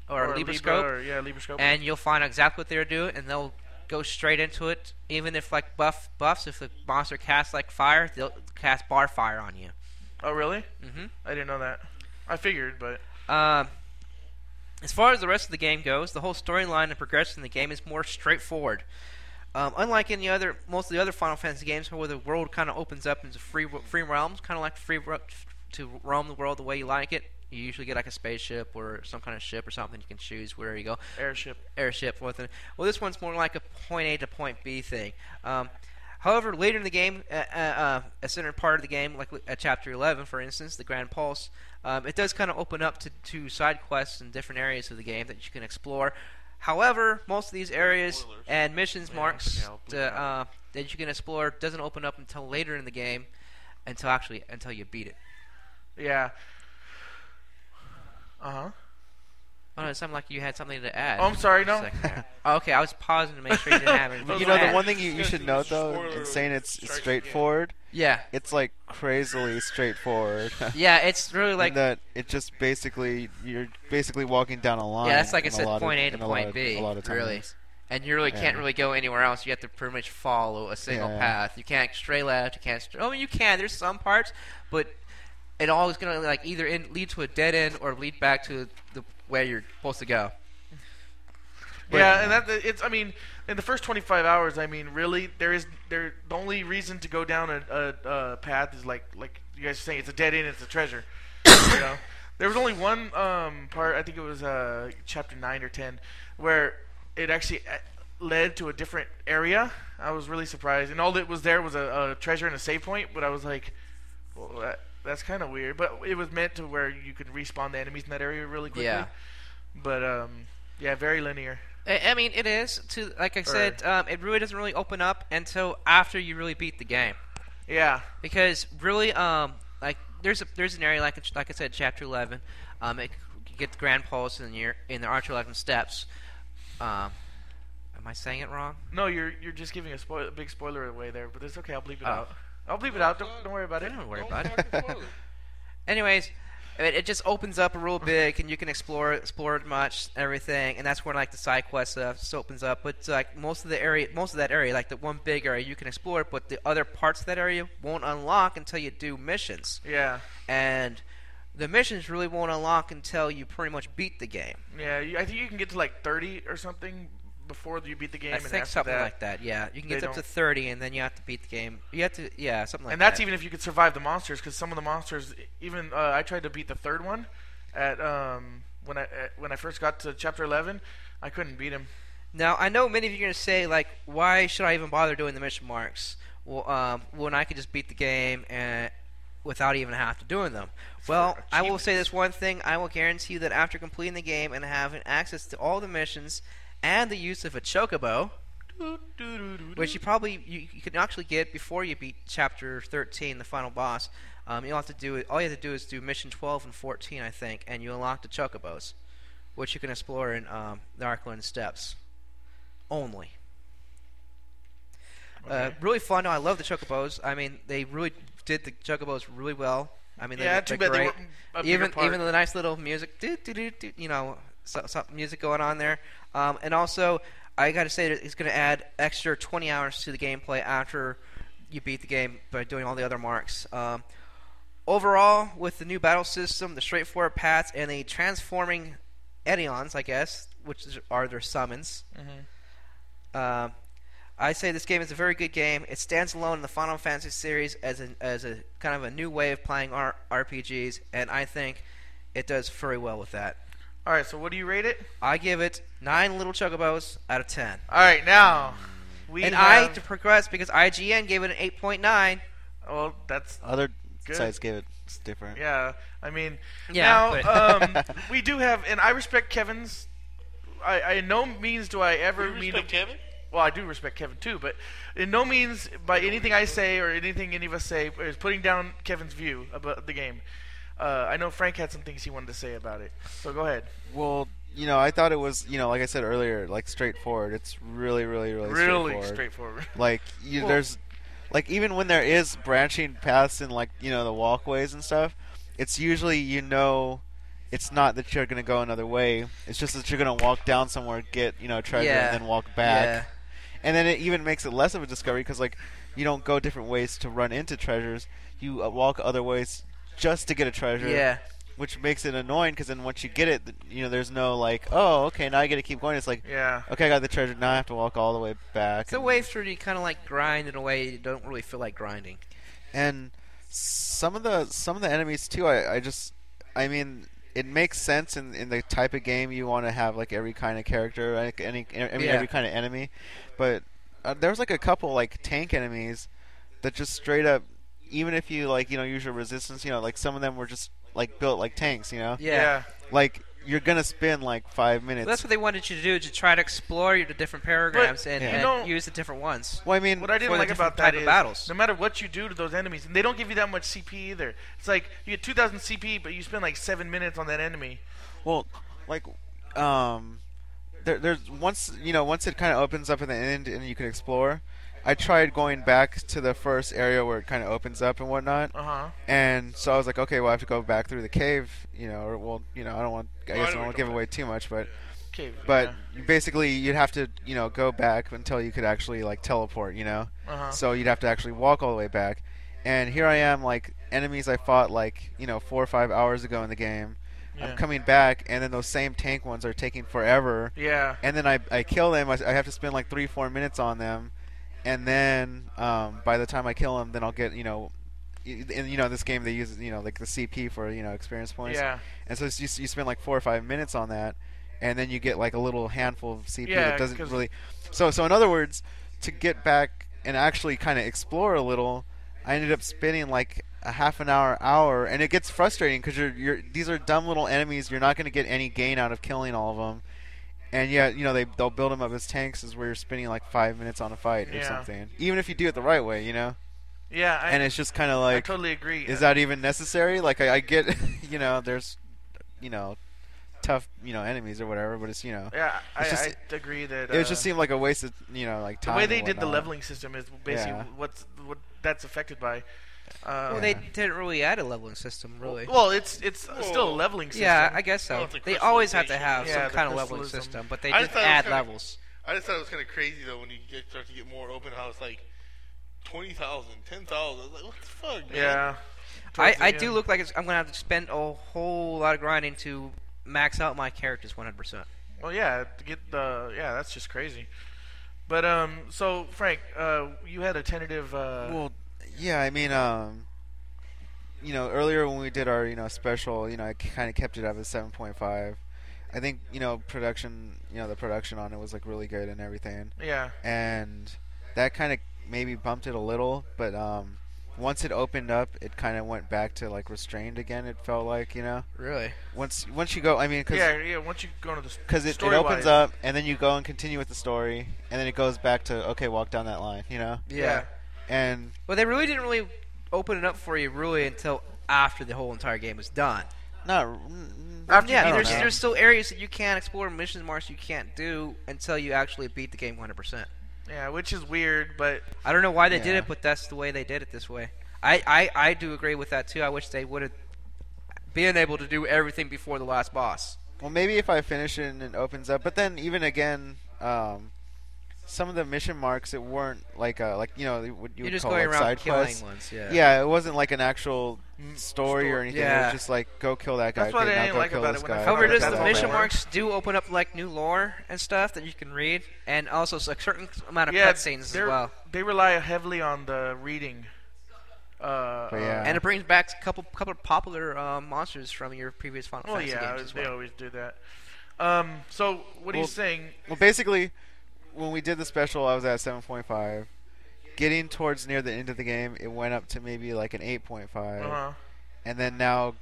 or, a Libra scope, or- yeah, Libra scope. and you'll find out exactly what they're doing, and they'll go straight into it. Even if like buff buffs, if the monster casts like fire, they'll cast bar fire on you. oh, really? Mhm. I didn't know that. I figured, but Um, as far as the rest of the game goes, the whole storyline and progression in the game is more straightforward. Um, unlike any other, most of the other Final Fantasy games, where the world kind of opens up into free wo- free realms, kind of like free ro- to roam the world the way you like it. You usually get like a spaceship or some kind of ship or something. You can choose where you go airship. airship with it. Well, this one's more like a point A to point B thing. Um, however, later in the game, uh, uh, uh, a certain part of the game, like at Chapter 11, for instance, the Grand Pulse, um, it does kind of open up to, to side quests in different areas of the game that you can explore. However, most of these areas Spoilers. and missions marks I'll bleep uh, it uh, that you can explore doesn't open up until later in the game, until actually until you beat it. Yeah. Uh huh. Oh, no, it sounded like you had something to add. Oh, I'm sorry. for a No. second there. Oh, okay, I was pausing to make sure you didn't have anything. But you to know, the add. one thing you, you Yes, should it note was a though, spoiler in saying it's, it's strike again. straightforward, yeah. it's like crazily straightforward. Yeah, it's really like like that it just basically you're basically walking down a line. yeah, that's like in I a said, lot of- point A in to a lot point of- B, a lot of really. times. And you really can't Yeah. really go anywhere else. You have to pretty much follow a single Yeah. path. You can't stray left. You can't. Stray, oh, you can. There's some parts, but it all is gonna like either end, lead to a dead end or lead back to the way you're supposed to go. Yeah, and that it's. I mean, in the first 25 hours, I mean, really, there is there. The only reason to go down a, a, a path is like like you guys are saying, it's a dead end. It's a treasure. you know, there was only one um, part. I think it was uh, chapter nine or 10, where it actually uh, led to a different area. I was really surprised, and all that was there was a, a treasure and a save point. But I was like, well, that, that's kind of weird. But it was meant to where you could respawn the enemies in that area really quickly. Yeah. But um, yeah, very linear. I, I mean, it is to like I said, um, it really doesn't really open up until after you really beat the game. Yeah. because really um like there's a there's an area like like I said chapter 11 um it can get the grand pulse in your in the archer eleven steps. Um, am I saying it wrong? No, you're you're just giving a, spoil- a big spoiler away there, but it's okay. I'll bleep it Oh. out. I'll bleep it out. Don't, don't worry about it. Don't worry Don't about it. fucking spoil it. Anyways, it, it just opens up a real big, and you can explore explore it much everything, and that's where like the side quest stuff just opens up. But like most of the area, most of that area, like the one big area, you can explore, it, but the other parts of that area won't unlock until you do missions, Yeah, and the missions really won't unlock until you pretty much beat the game. yeah. You, I think you can get to like 30 or something before you beat the game. I and think after something that- like that. Yeah, you can get they up to don't- thirty, and then you have to beat the game. You have to, yeah, something like and that. that's even if you could survive the monsters, because some of the monsters, even uh, I tried to beat the third one, at um when I at, when I first got to chapter eleven, I couldn't beat him. Now I know many of you are gonna say like, why should I even bother doing the mission marks? Well, um, when I could just beat the game and without even have to doing them. Well, I will say this one thing: I will guarantee you that after completing the game and having access to all the missions and the use of a chocobo, which you probably you, you can actually get before you beat chapter 13 the final boss um, you'll have to do all you have to do is do mission 12 and 14 i think and you unlock the chocobos which you can explore in um, the Arkland steps only uh, Okay. really fun though i love the chocobos i mean they really did the chocobos really well i mean they yeah, look- too they're bad they great weren't a bigger even part. even the nice little music, doo, doo, doo, doo, you know, so, so music going on there. Um, and also, I got to say that it's going to add extra 20 hours to the gameplay after you beat the game by doing all the other marks. Um, overall, with the new battle system, the straightforward paths, and the transforming Edeons, I guess, which is- are their summons. Mhm. Um, I say this game is a very good game. It stands alone in the Final Fantasy series as a, as a kind of a new way of playing R- RPGs, and I think it does very well with that. All right, so what do you rate it? I give it nine little chocobos out of ten, All right, now we and I have, to progress because IGN gave it an eight point nine. well, that's Other Good. sites gave it it's different. yeah. I mean, Yeah, now um, we do have, and I respect Kevin's. I, I in no means do I ever You mean respect Kevin? well, I do respect Kevin too, but in no means by anything I say or anything any of us say is putting down Kevin's view about the game. Uh, I know Frank had some things he wanted to say about it, so go ahead. Well, you know, I thought it was, you know, like I said earlier, like straightforward. It's really, really, really, Really straightforward. straightforward. Like you, Well- there's, like even when there is branching paths and like you know the walkways and stuff, it's usually you know, it's not that you're gonna go another way. It's just that you're gonna walk down somewhere, get you know treasure, Yeah. and then walk back. And then it even makes it less of a discovery because like you don't go different ways to run into treasures. You uh, walk other ways just to get a treasure. Yeah. Which makes it annoying because then once you get it, th- you know, there's no like, oh, okay, now I get to keep going. It's like, Yeah. okay, I got the treasure. Now I have to walk all the way back. It's a and- way for you to kind of like grind in a way you don't really feel like grinding. and some of the some of the enemies too i, I just i mean it makes sense in, in the type of game you want to have like every kind of character like any e, I mean, Yeah. every kind of enemy but uh, there was like a couple like tank enemies that just straight up even if you like you know use your resistance you know like some of them were just like built like tanks you know Yeah. like you're gonna spend like five minutes Well, that's what they wanted you to do, to try to explore your the different paragraphs and, you and know- use the different ones. well i mean What I For didn't the like different about that type of is battles. no matter what you do to those enemies, and they don't give you that much CP either. It's like you get 2,000 CP, but you spend like seven minutes on that enemy. Well, like, um, there, there's once you know once it kind of opens up in the end and you can explore. I tried going back to the first area where it kind of opens up and whatnot, Uh huh. and so I was like, okay, well I have to go back through the cave, you know, or well, you know, I don't want, I Well, guess I don't I know what want to you're give away too much, but Okay. but you basically you'd have to you know go back until you could actually like teleport, you know, Uh-huh. so you'd have to actually walk all the way back, and here I am like enemies I fought like you know four or five hours ago in the game. yeah. I'm coming back, and then those same tank ones are taking forever. yeah. And then I, I kill them. I, I have to spend like three, four minutes on them. And then um, by the time I kill them, then I'll get, you know, y- in, you know, this game they use, you know, like the CP for, you know, experience points. Yeah. And so it's- you, s- you spend like four or five minutes on that, and then you get like a little handful of CP Yeah, that 'cause- doesn't really. So, so in other words, to get back and actually kind of explore a little, I ended up spending like a half an hour, hour, and it gets frustrating because you're, you're these are dumb little enemies. You're not going to get any gain out of killing all of them, and yet you know they they'll build them up as tanks is where you're spending like five minutes on a fight or Yeah. something. Even if you do it the right way, you know, Yeah. I, and it's just kind of like I totally agree. is that even necessary? Like I, I get, you know, there's, you know, tough, you know, enemies or whatever. But it's you know, Yeah, I, It's just- I agree that it uh, just seemed like a waste of you know like the time. way and they did the whatnot. leveling system is basically Yeah. what's what that's affected by. Uh, Well, they didn't really add a leveling system, really. Well, it's it's still a Well, leveling system. yeah, I guess Oh, so. it's a They always have to crystallization. have some Yeah, the kind of leveling crystallism. system, but they I did thought it was add kinda- levels. I just thought it was kind of crazy though when you get, start to get more open house like 20,000, 10,000. I was like, what the fuck, man? Yeah. I, Towards the I do end. look like it's, I'm going to have to spend a whole lot of grinding to max out my characters 100%. Well, yeah, to get the yeah, that's just crazy. But um, so Frank, uh, you had a tentative. Uh, Well, yeah, I mean, um, you know, earlier when we did our you know special, you know, I kind of kept it up at seven point five. I think you know production, you know, the production on it was like really good and everything, yeah, and that kind of maybe bumped it a little. But um, once it opened up, it kind of went back to like restrained again. It felt like you know Really? once once you go, I mean, because yeah, yeah. Once you go into the because it, it opens up and then you go and continue with the story and then it goes back to okay walk down that line you know Yeah. and Well, they really didn't really open it up for you really until after the whole entire game was done. not mm, After I yeah, don't there's, know. there's still areas that you can explore, missions marks you can't do until you actually beat the game 100%. Yeah, which is weird, but I don't know why they did Yeah. it, but that's the way they did it this way. I, I, I do agree with that too. I wish they would have been able to do everything before the last boss. well maybe if I finish it and it opens up but then even again um, some of the mission marks it weren't like a like you know what you You're would just call going like around side killing quests ones. Yeah. yeah it wasn't like an actual story or Mm, story. anything it Yeah. was just like go kill that guy That's what okay, I now didn't go like kill about this it when I guy. found However, out Go does that's kill the how that they mission guy. work. marks do open up like new lore and stuff that you can read, and also s- a certain amount of yeah, cutscenes as they're- well. They rely heavily on the reading. Uh, But Oh, yeah. And it brings back a couple couple of popular uh, monsters from your previous Oh, Final Well, Fantasy yeah, games as they well. always do that. Um, so what are you Well- saying? Well, basically, when we did the special, I was at 7.5. Getting towards near the end of the game, it went up to maybe like an 8.5. Uh-huh. And then now,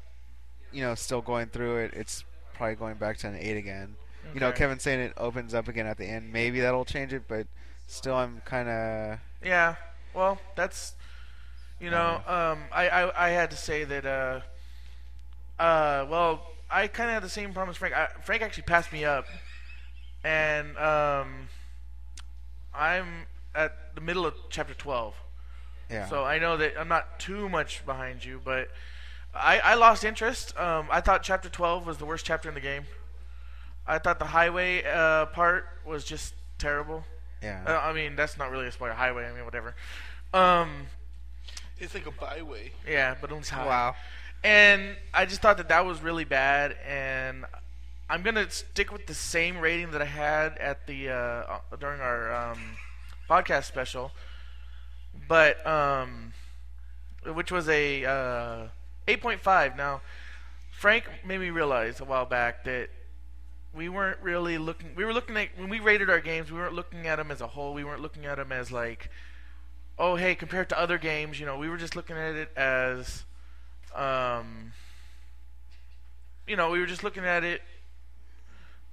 you know, still going through it, it's probably going back to an 8 again. You know, Okay. Kevin saying it opens up again at the end. Maybe that'll change it, but still, I'm kind of. Yeah. Well, that's you know, uh-huh. um, I, I I had to say that. Uh, uh, well, I kind of had the same problem as Frank. I, Frank actually passed me up, and um, I'm at the middle of chapter twelve. Yeah. So I know that I'm not too much behind you, but I, I lost interest. Um, I thought chapter 12 was the worst chapter in the game. I thought the highway uh, part was just terrible. yeah. Uh, I mean, that's not really a spoiler. Highway, I mean, whatever. Um, It's like a byway. yeah, but it's high. Wow. And I just thought that that was really bad, and I'm gonna stick with the same rating that I had at the uh, during our um, podcast special, but um, which was a uh, 8.5. Now, Frank made me realize a while back that we weren't really looking. We were looking at when we rated our games. We weren't looking at them as a whole. We weren't looking at them as like, oh hey, compared to other games, you know. We were just looking at it as, um, you know, we were just looking at it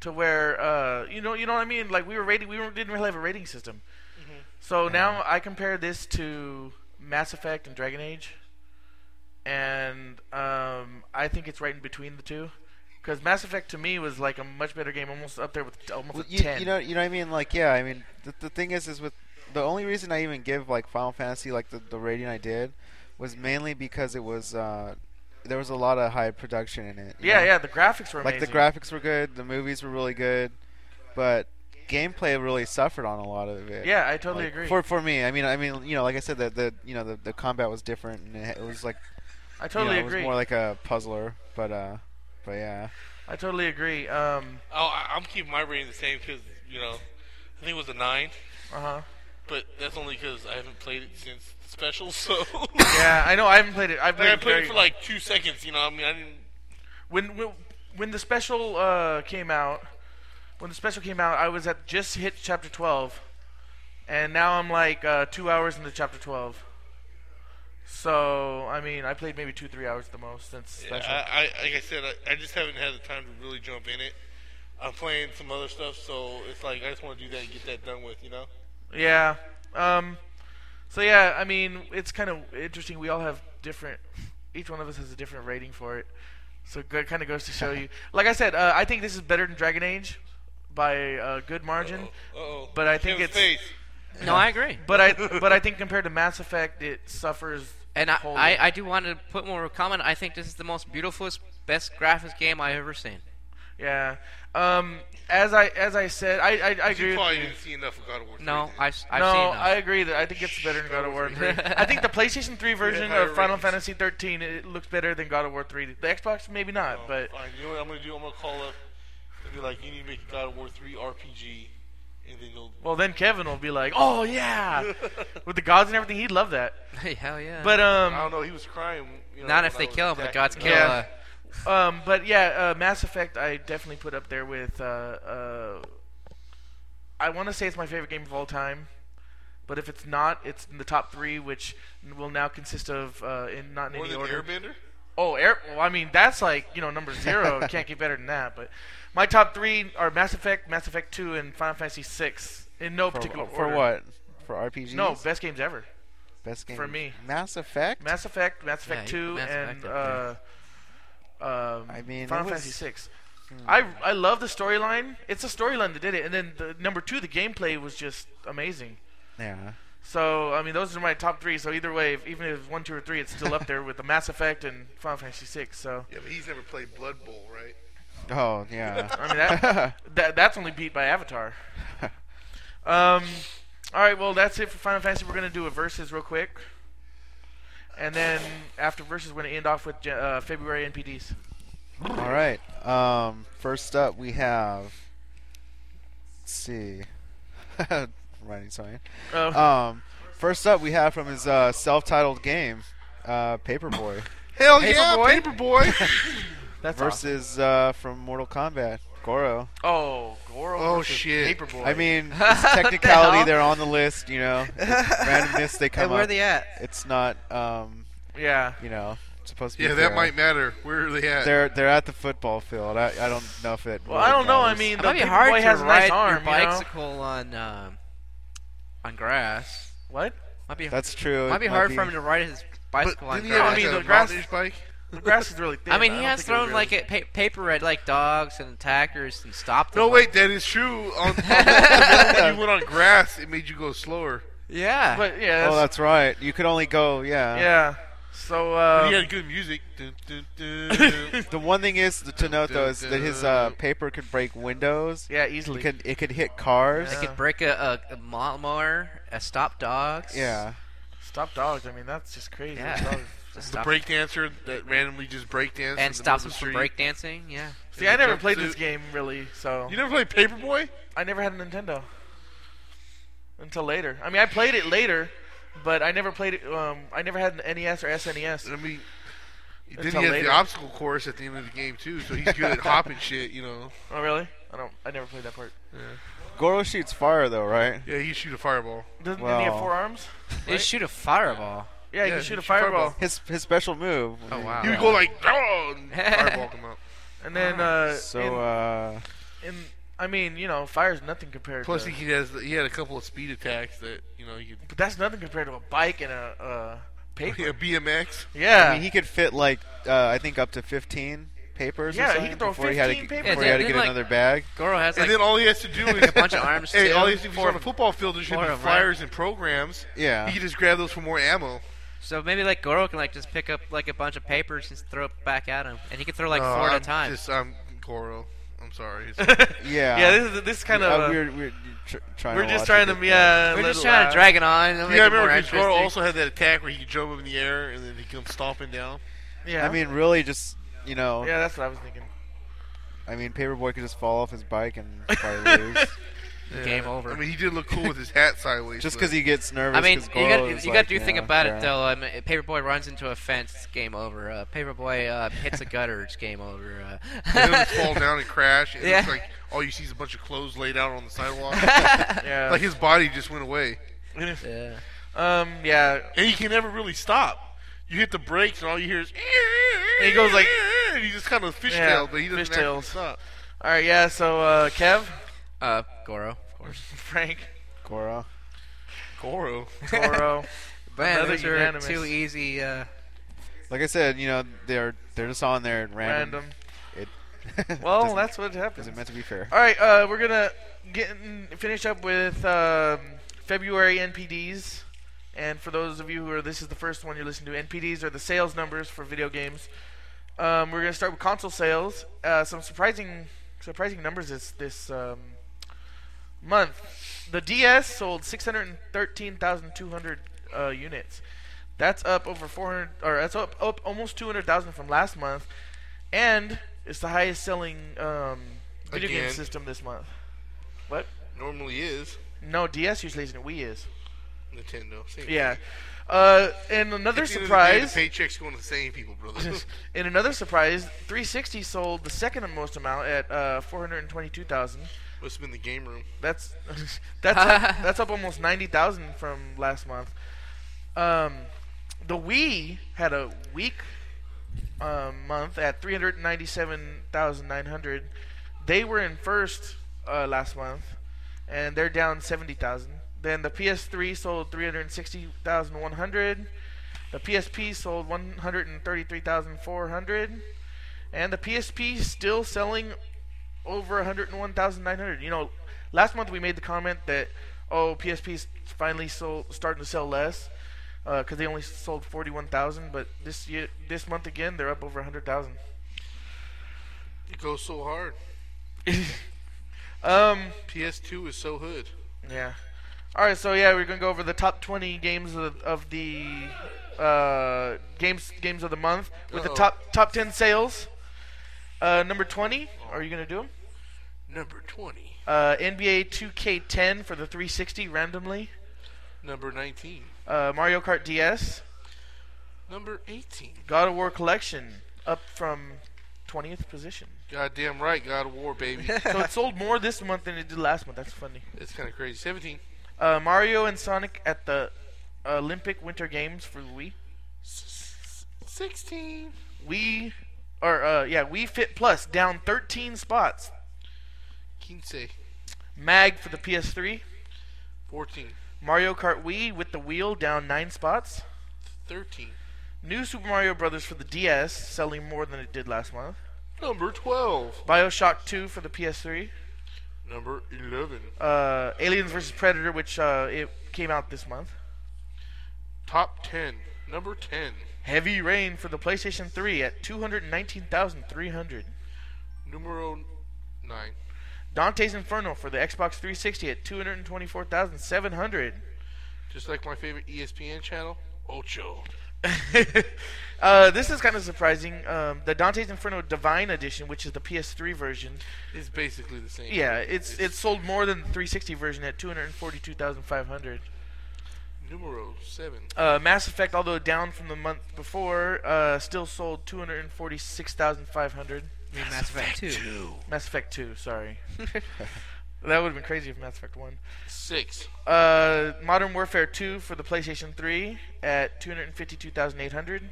to where, uh, you know, you know what I mean. Like we were rating. We weren't, didn't really have a rating system. So now I compare this to Mass Effect and Dragon Age, and um, I think it's right in between the two. Because Mass Effect to me was like a much better game, almost up there with almost Well, a you, ten. you know, you know what I mean? Like, yeah, I mean, the, the thing is, is with the only reason I even give like Final Fantasy like the, the rating I did was mainly because it was uh, there was a lot of high production in it. you yeah, know? yeah, the graphics were Like amazing. the graphics were good, the movies were really good, but gameplay really suffered on a lot of it. Yeah, I totally Like, agree. For for me, I mean, I mean, you know, like I said, the, the you know the, the combat was different and it, it was like I totally you know, it agree. was more like a puzzler, but uh, but yeah, I totally agree. Um, Oh, I, I'm keeping my rating the same because, you know, I think it was a 9, uh huh. but that's only because I haven't played it since the special, so. Yeah, I know. I haven't played it. I've like, played I it played very, it for like two seconds, you know, I mean, I didn't. when when when the special uh, came out. When the special came out, I was at just hit chapter twelve, and now I'm like uh, two hours into chapter twelve. So I mean, I played maybe two three hours at the most since Yeah, special. I, I like I said, I, I just haven't had the time to really jump in it. I'm playing some other stuff, so it's like I just want to do that and get that done with, you know. Yeah. Um, so yeah, I mean, it's kind of interesting. We all have different. Each one of us has a different rating for it. So it kind of goes to show you. Like I said, uh, I think this is better than Dragon Age by a good margin. oh But I think it's- No, I agree. But I but I think compared to Mass Effect, it suffers. And I, wholly. I, I do want to put more of a comment. I think this is the most beautifulest, best graphics game I've ever seen. yeah. Um, as I as I said, I I, I agree. You With probably you. didn't see enough of God of War. three, No, then. I've, s- I've no, seen I enough. agree that I think it's better than God of War Star 3. Wars I think the PlayStation 3 version higher of Final ratings. Fantasy 13 it looks better than God of War 3. The Xbox maybe not, Oh, but fine. you know what I'm gonna do? I'm gonna call up and be like, "You need to make a God of War three RPG," and then you'll. well then Kevin will be like, "Oh yeah." With the gods and everything, he'd love that. Hell yeah. But um I don't know. He was crying. You know, not when if I they was kill him. The attacking gods him. kill. Yeah. Uh, Um, but yeah, uh, Mass Effect I definitely put up there with. Uh, uh, I want to say it's my favorite game of all time, but if it's not, it's in the top three, which will now consist of uh, in not in More any than order. Airbender. Oh, Air. Well, I mean that's like you know number zero. It can't get better than that. But my top three are Mass Effect, Mass Effect Two, and Final Fantasy Six in no For, particular for order. what? For RPGs? No, best games ever. best game for me. Mass Effect. Mass Effect, Mass Yeah, Effect you Two, put Mass and Effect up uh, um, I mean, Final it was- Hmm. Fantasy Six. I I love the storyline. It's the storyline that did it, and then the, number two, the gameplay was just amazing. yeah. So I mean, those are my top three. So either way, if, even if it's one, two, or three, it's still up there with the Mass Effect and Final Fantasy Six. So Yeah, but he's never played Blood Bowl, right? Oh yeah. I mean, that, that that's only beat by Avatar. Um, all right, well that's it for Final Fantasy. We're gonna do a versus real quick, and then after versus, we're gonna end off with Jan- uh, February NPDs. All right. Um, first up, we have. Let's see. Writing something. Uh, Um, first up, we have from his uh, self-titled game, uh, Paperboy, Hell yeah, Paperboy? Oh, Paperboy. that's awesome. versus uh, from Mortal Kombat, Goro. Oh, Goro. Oh, versus shit. Paperboy. I mean, it's technicality, hell? they're on the list. You know, randomness they come And where are up. they at? It's not, um, yeah. you know, supposed to be. yeah, fair. that might matter. Where are they at? They're they're at the football field. I, I don't know if it. Well, really I don't know. I matters. mean, it the might be Paperboy hard to has a nice ride arm. your you know? bicycle on um, on grass. What? Might be that's true. might it be might hard be- for him to ride his but bicycle on didn't he grass. have I like mean, a the grass- mountain bike? The grass is really thin. I mean, he don't has think it would thrown really- like at pa- paper at like dogs and attackers and stopped. No, them. wait, that is true. On, when you went on grass, it made you go slower. Yeah. But yeah. Oh, That's, that's right. You could only go. Yeah. yeah. So But uh, he had good music. Dun, dun, dun. The one thing is to note though is that his uh, paper could break windows. yeah, It easily. could it could hit cars. They Yeah. could break a, a, a lawnmower, a stop dogs. Yeah. Stop dogs. I mean, that's just crazy. Yeah. Dogs- Just the stop breakdancer that randomly just breakdanced in and the stops them middle of from the street. breakdancing. Yeah. See, I never played Jumpsuit. this game really, so You never played Paperboy? I never had a Nintendo until later. I mean, I played it later, but I never played it. Um, I never had an NES or E SNES. I mean, then he Until has later. the obstacle course at the end of the game too, so he's good at hopping shit. You know. Oh, really? I don't. I never played that part. Goro shoots fire though, right? Yeah, he shoot a fireball. Doesn't didn't he have Well. four arms? They shoot a fireball. Yeah, you Yeah, can shoot you a fireball. His his special move. Oh, wow. He would go like, oh, and fireball come out. And then uh, in- Ah, So uh, And I mean, you know, fire's nothing compared. Plus, to, he has he had a couple of speed attacks that you know you but that's nothing compared to a bike and a uh, paper. yeah, BMX. Yeah, I mean, he could fit like uh, I think up to fifteen papers. Yeah, or he something could throw before he had to, 15 before papers. he had to Yeah, get like- another bag. Goro has And like then all he has to do is a bunch of arms Hey, too. all he has to do is Four on of a 'em. football field. There should Four be of 'em, flyers and programs. Yeah. he can just grab those for more ammo. So maybe like Goro can like just pick up like a bunch of papers and throw it back at him, and he can throw like No, four Uh, I'm at a time. Just, I'm Goro. I'm sorry. Yeah. yeah. This is this is kind Uh, of. we're we're tr- trying. we're to just watch trying it to, get done. yeah. uh, We're just let it trying lie. to drag it on. and make yeah, I it more remember because Goro interesting. also had that attack where he could jump up in the air and then he comes stomping down. Yeah. I mean, really, just you know, yeah, that's what I was thinking. I mean, Paperboy could just fall off his bike and probably lose. Game over. I mean, he did look cool with his hat sideways. Just but- because he gets nervous. I mean, 'cause you Goro got you is got like, to think yeah, about yeah. it though. I mean, Paperboy runs into a fence, it's game over. Uh, Paperboy uh, hits a gutter, it's game over. And he'll Uh, just fall down and crash. And it's Yeah. like all you see is a bunch of clothes laid out on the sidewalk. Yeah. like his body just went away. yeah. um. Yeah. And he can never really stop. You hit the brakes and all you hear is. And he goes like- And he just kind of fishtails, Yeah, but he doesn't actually fishtails. stop. All right. Yeah. So uh, Kev, Uh, Goro, of course. Frank, Goro. Goro. Toro. Man, Another those are unanimous. two easy. Uh, Like I said, you know they're they're just on there at random. Random. It Well, doesn't- that's what happens. isn't meant to be fair. All right, uh, we're gonna get in, finish up with um, February NPDs. And for those of you who are, this is the first one you're listening to. NPDs are the sales numbers for video games. Um, we're gonna start with console sales. Uh, some surprising, surprising numbers this this um, month. The DS sold 613,200 uh, units. That's up over 400, or that's up, up almost 200,000 from last month, and it's the highest selling um, video game Again. system this month. What? Normally is No, DS usually isn't. Wii is. Nintendo. Same Yeah. Uh, and another At the end of the day, the surprise. paychecks going to the same people, brother. in another surprise, 360 sold the second most amount at uh, 422,000. Must have been the game room. That's that's up, that's up almost ninety thousand from last month. Um, the Wii had a weak um, month at three hundred ninety-seven thousand nine hundred. They were in first uh, last month, and they're down seventy thousand. Then the PS3 sold three hundred sixty thousand one hundred. The PSP sold one hundred thirty-three thousand four hundred, and the PSP still selling over 101,900. You know, last month we made the comment that oh PSP's finally sold starting to sell less because they only sold 41,000, but this year this month again they're up over 100,000. It goes so hard. Um, PS2 is so hood. yeah. All right, so yeah, we're gonna go over the top 20 games of, of the uh, games games of the month with the Uh-oh. top top 10 sales. Uh, number 20, are you gonna do them? Number 20. Uh, NBA 2K10 for the 360 randomly. Number 19. Uh, Mario Kart DS. Number 18. God of War Collection up from 20th position. Goddamn right, God of War, baby. So it sold more this month than it did last month. That's funny. It's kind of crazy. 17. Uh, Mario and Sonic at the Olympic Winter Games for the Wii. 16. Wii, or uh, yeah, Wii Fit Plus down 13 spots. 15. Mag for the PS3. 14. Mario Kart Wii with the wheel down 9 spots. 13. New Super Mario Brothers for the DS selling more than it did last month. Number 12. BioShock 2 for the PS3. Number 11. Uh, Aliens vs Predator, which uh, it came out this month. Top 10. Number 10. Heavy Rain for the PlayStation 3 at 219,300. Numero 9. Dante's Inferno for the Xbox 360 at 224,700. Just like my favorite E ESPN channel, Ocho. uh, this is kind of surprising. Um, the Dante's Inferno Divine Edition, which is the PS3 version, It's basically the same. yeah, it's it sold more than the 360 version at 242,500. Numero 7. Uh, Mass Effect, although down from the month before, uh, still sold 246,500. I mean, Mass Effect 2. Mass Effect 2, sorry. that would have been crazy if Mass Effect 1. 6. Uh, Modern Warfare 2 for the PlayStation 3 at 252,800,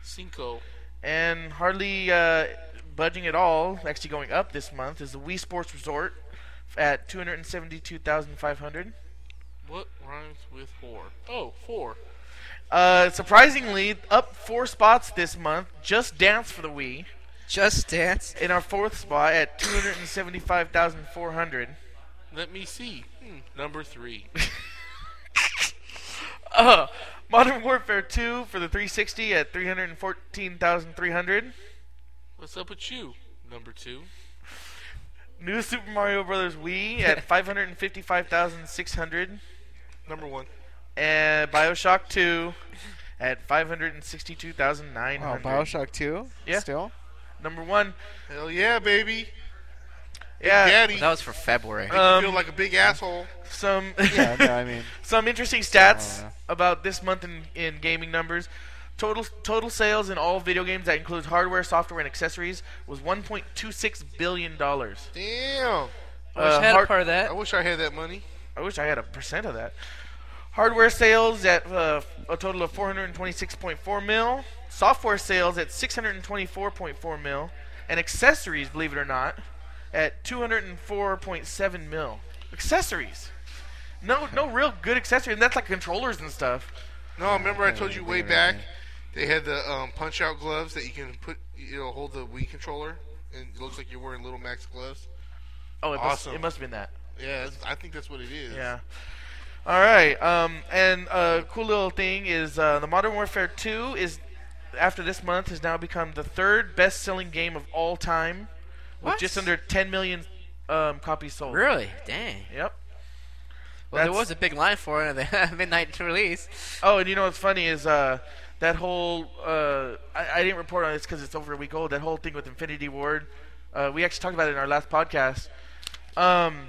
5. and hardly uh, budging at all, actually going up this month, is the Wii Sports Resort at 272,500. What rhymes with whore? Oh, four. Uh, surprisingly, up four spots this month. Just Dance for the Wii Just Dance. in our fourth spot at 275,400. Let me see. Hmm. Number three. Uh, Modern Warfare 2 for the 360 at 314,300. What's up with you? Number two. New Super Mario Brothers Wii at 555,600 Number one. and BioShock 2 at 562,900. Wow, Oh, Bioshock Two. Yeah. Still. Number 1. Hell yeah, baby. Yeah. Daddy. That was for February. I feel Uh, um, like a big asshole. some Yeah. No, I mean, some interesting stats Oh, yeah. about this month in, in gaming numbers. Total total sales in all video games that includes hardware, software, and accessories was 1.26 billion dollars. Damn. I wish I had a hard- part of that. I wish I had that money. I wish I had a percent of that. Hardware sales at uh, a total of 426.4 mil. Software sales at 624.4 mil, and accessories, believe it or not, at 204.7 mil. Accessories. No, no real good accessories. And that's like controllers and stuff. No, remember I told you way back They had the um, punch out gloves that you can put, you know, hold the Wii controller, and it looks like you're wearing Little Max gloves. Oh, it must, Awesome. it must have been that. Yeah, that's, I think that's what it is. Yeah. All right. Um, and a cool little thing is uh, the Modern Warfare 2 is after this month has now become the third best-selling game of all time, What? with just under 10 million um, copies sold. Really? Dang. Yep. Well, there That's- was a big line for it at the midnight release. Oh, and you know what's funny is uh, that whole uh, I, I didn't report on this because it's over a week old. That whole thing with Infinity Ward, uh, we actually talked about it in our last podcast. Um,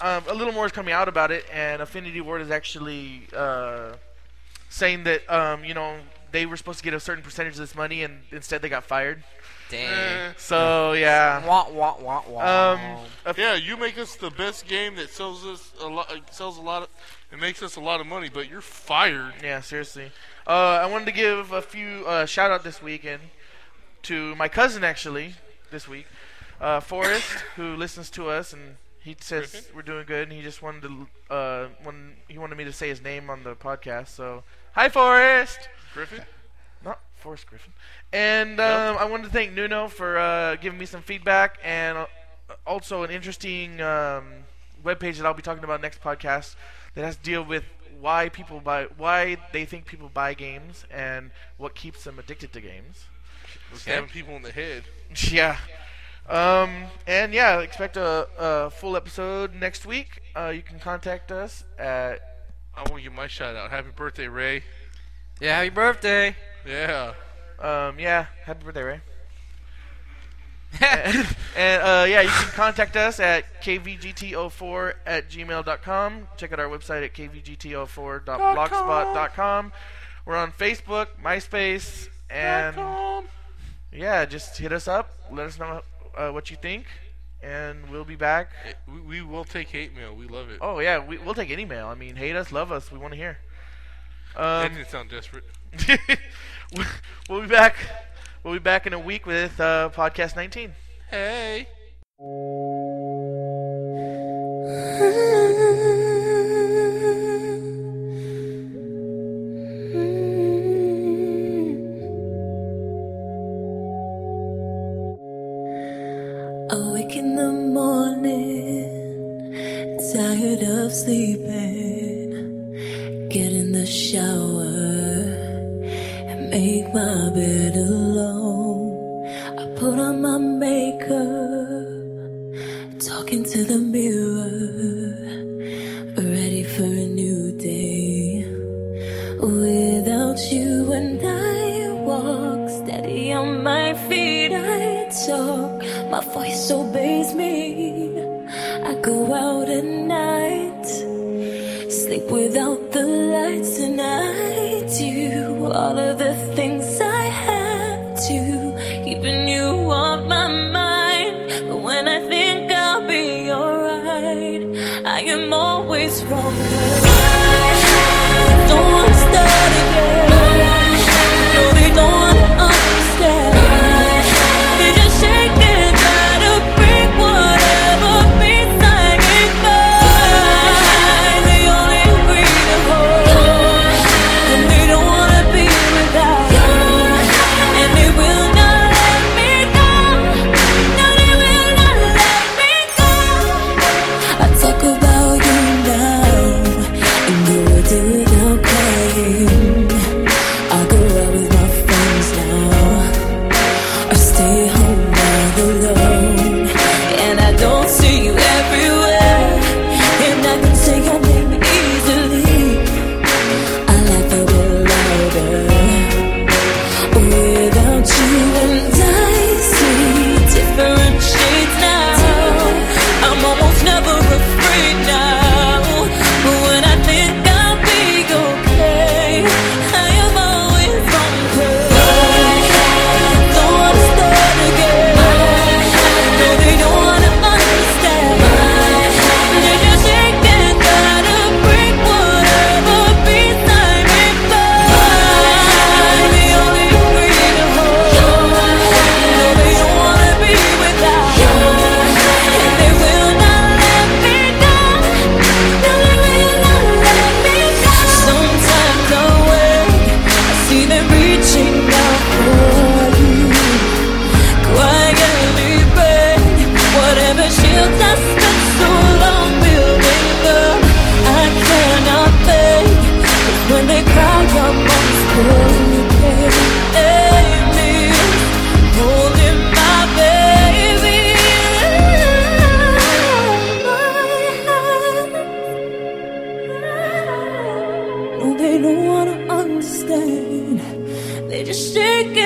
um, a little more is coming out about it, and Infinity Ward is actually uh, saying that um, you know they were supposed to get a certain percentage of this money, and instead they got fired. Dang. So yeah. Wah, wah, wah, wah. Um, a- Yeah, you make us the best game that sells us a lot, sells a lot, of, it makes us a lot of money, but you're fired. Yeah, seriously. Uh, I wanted to give a few uh, shout out this weekend to my cousin actually this week, uh, Forrest, who listens to us and he says Griffin? we're doing good and he just wanted to uh, when he wanted me to say his name on the podcast. So hi, Forrest. Griffin. Not Forrest Griffin. And um, I wanted to thank Nuno for uh, giving me some feedback and uh, also an interesting um, webpage that I'll be talking about next podcast that has to deal with why people buy, why they think people buy games and what keeps them addicted to games. Stabbing people in the head. yeah. Um, and yeah, expect a, a full episode next week. Uh, you can contact us at I want to give my shout out. Happy birthday, Ray. yeah, happy birthday. Yeah. Um, yeah, happy birthday, Ray. and uh, yeah, you can contact us at kvgt04 at gmail.com. Check out our website at kvgt04.blogspot.com. We're on Facebook, MySpace, and yeah, just hit us up. Let us know uh, what you think, and we'll be back. We, we will take hate mail. We love it. Oh yeah, we, we'll take any mail. I mean, hate us, love us, we want to hear. that Um, didn't sound desperate. we'll be back. We'll be back in a week with uh, podcast 19. Hey. Awake in the morning, tired of sleeping. Get in the shower and make my bed alone. I put on my makeup, talking to the mirror, ready for a new day. Without you and I walk steady on my feet, I talk. My voice obeys me. I go out at night, sleep without the lights, and I do all of the things I have to, keeping you on my mind. But when I think I'll be alright, I am always wrong. Don't want to start again. No, they don't want to understand. They just shake and try to break whatever beats I can find. They only agree to hold, and they don't wanna be without. And they will not let me go. No, they will not let me go. I talk about you now, and you will do it without crying. don't wanna understand. They just shake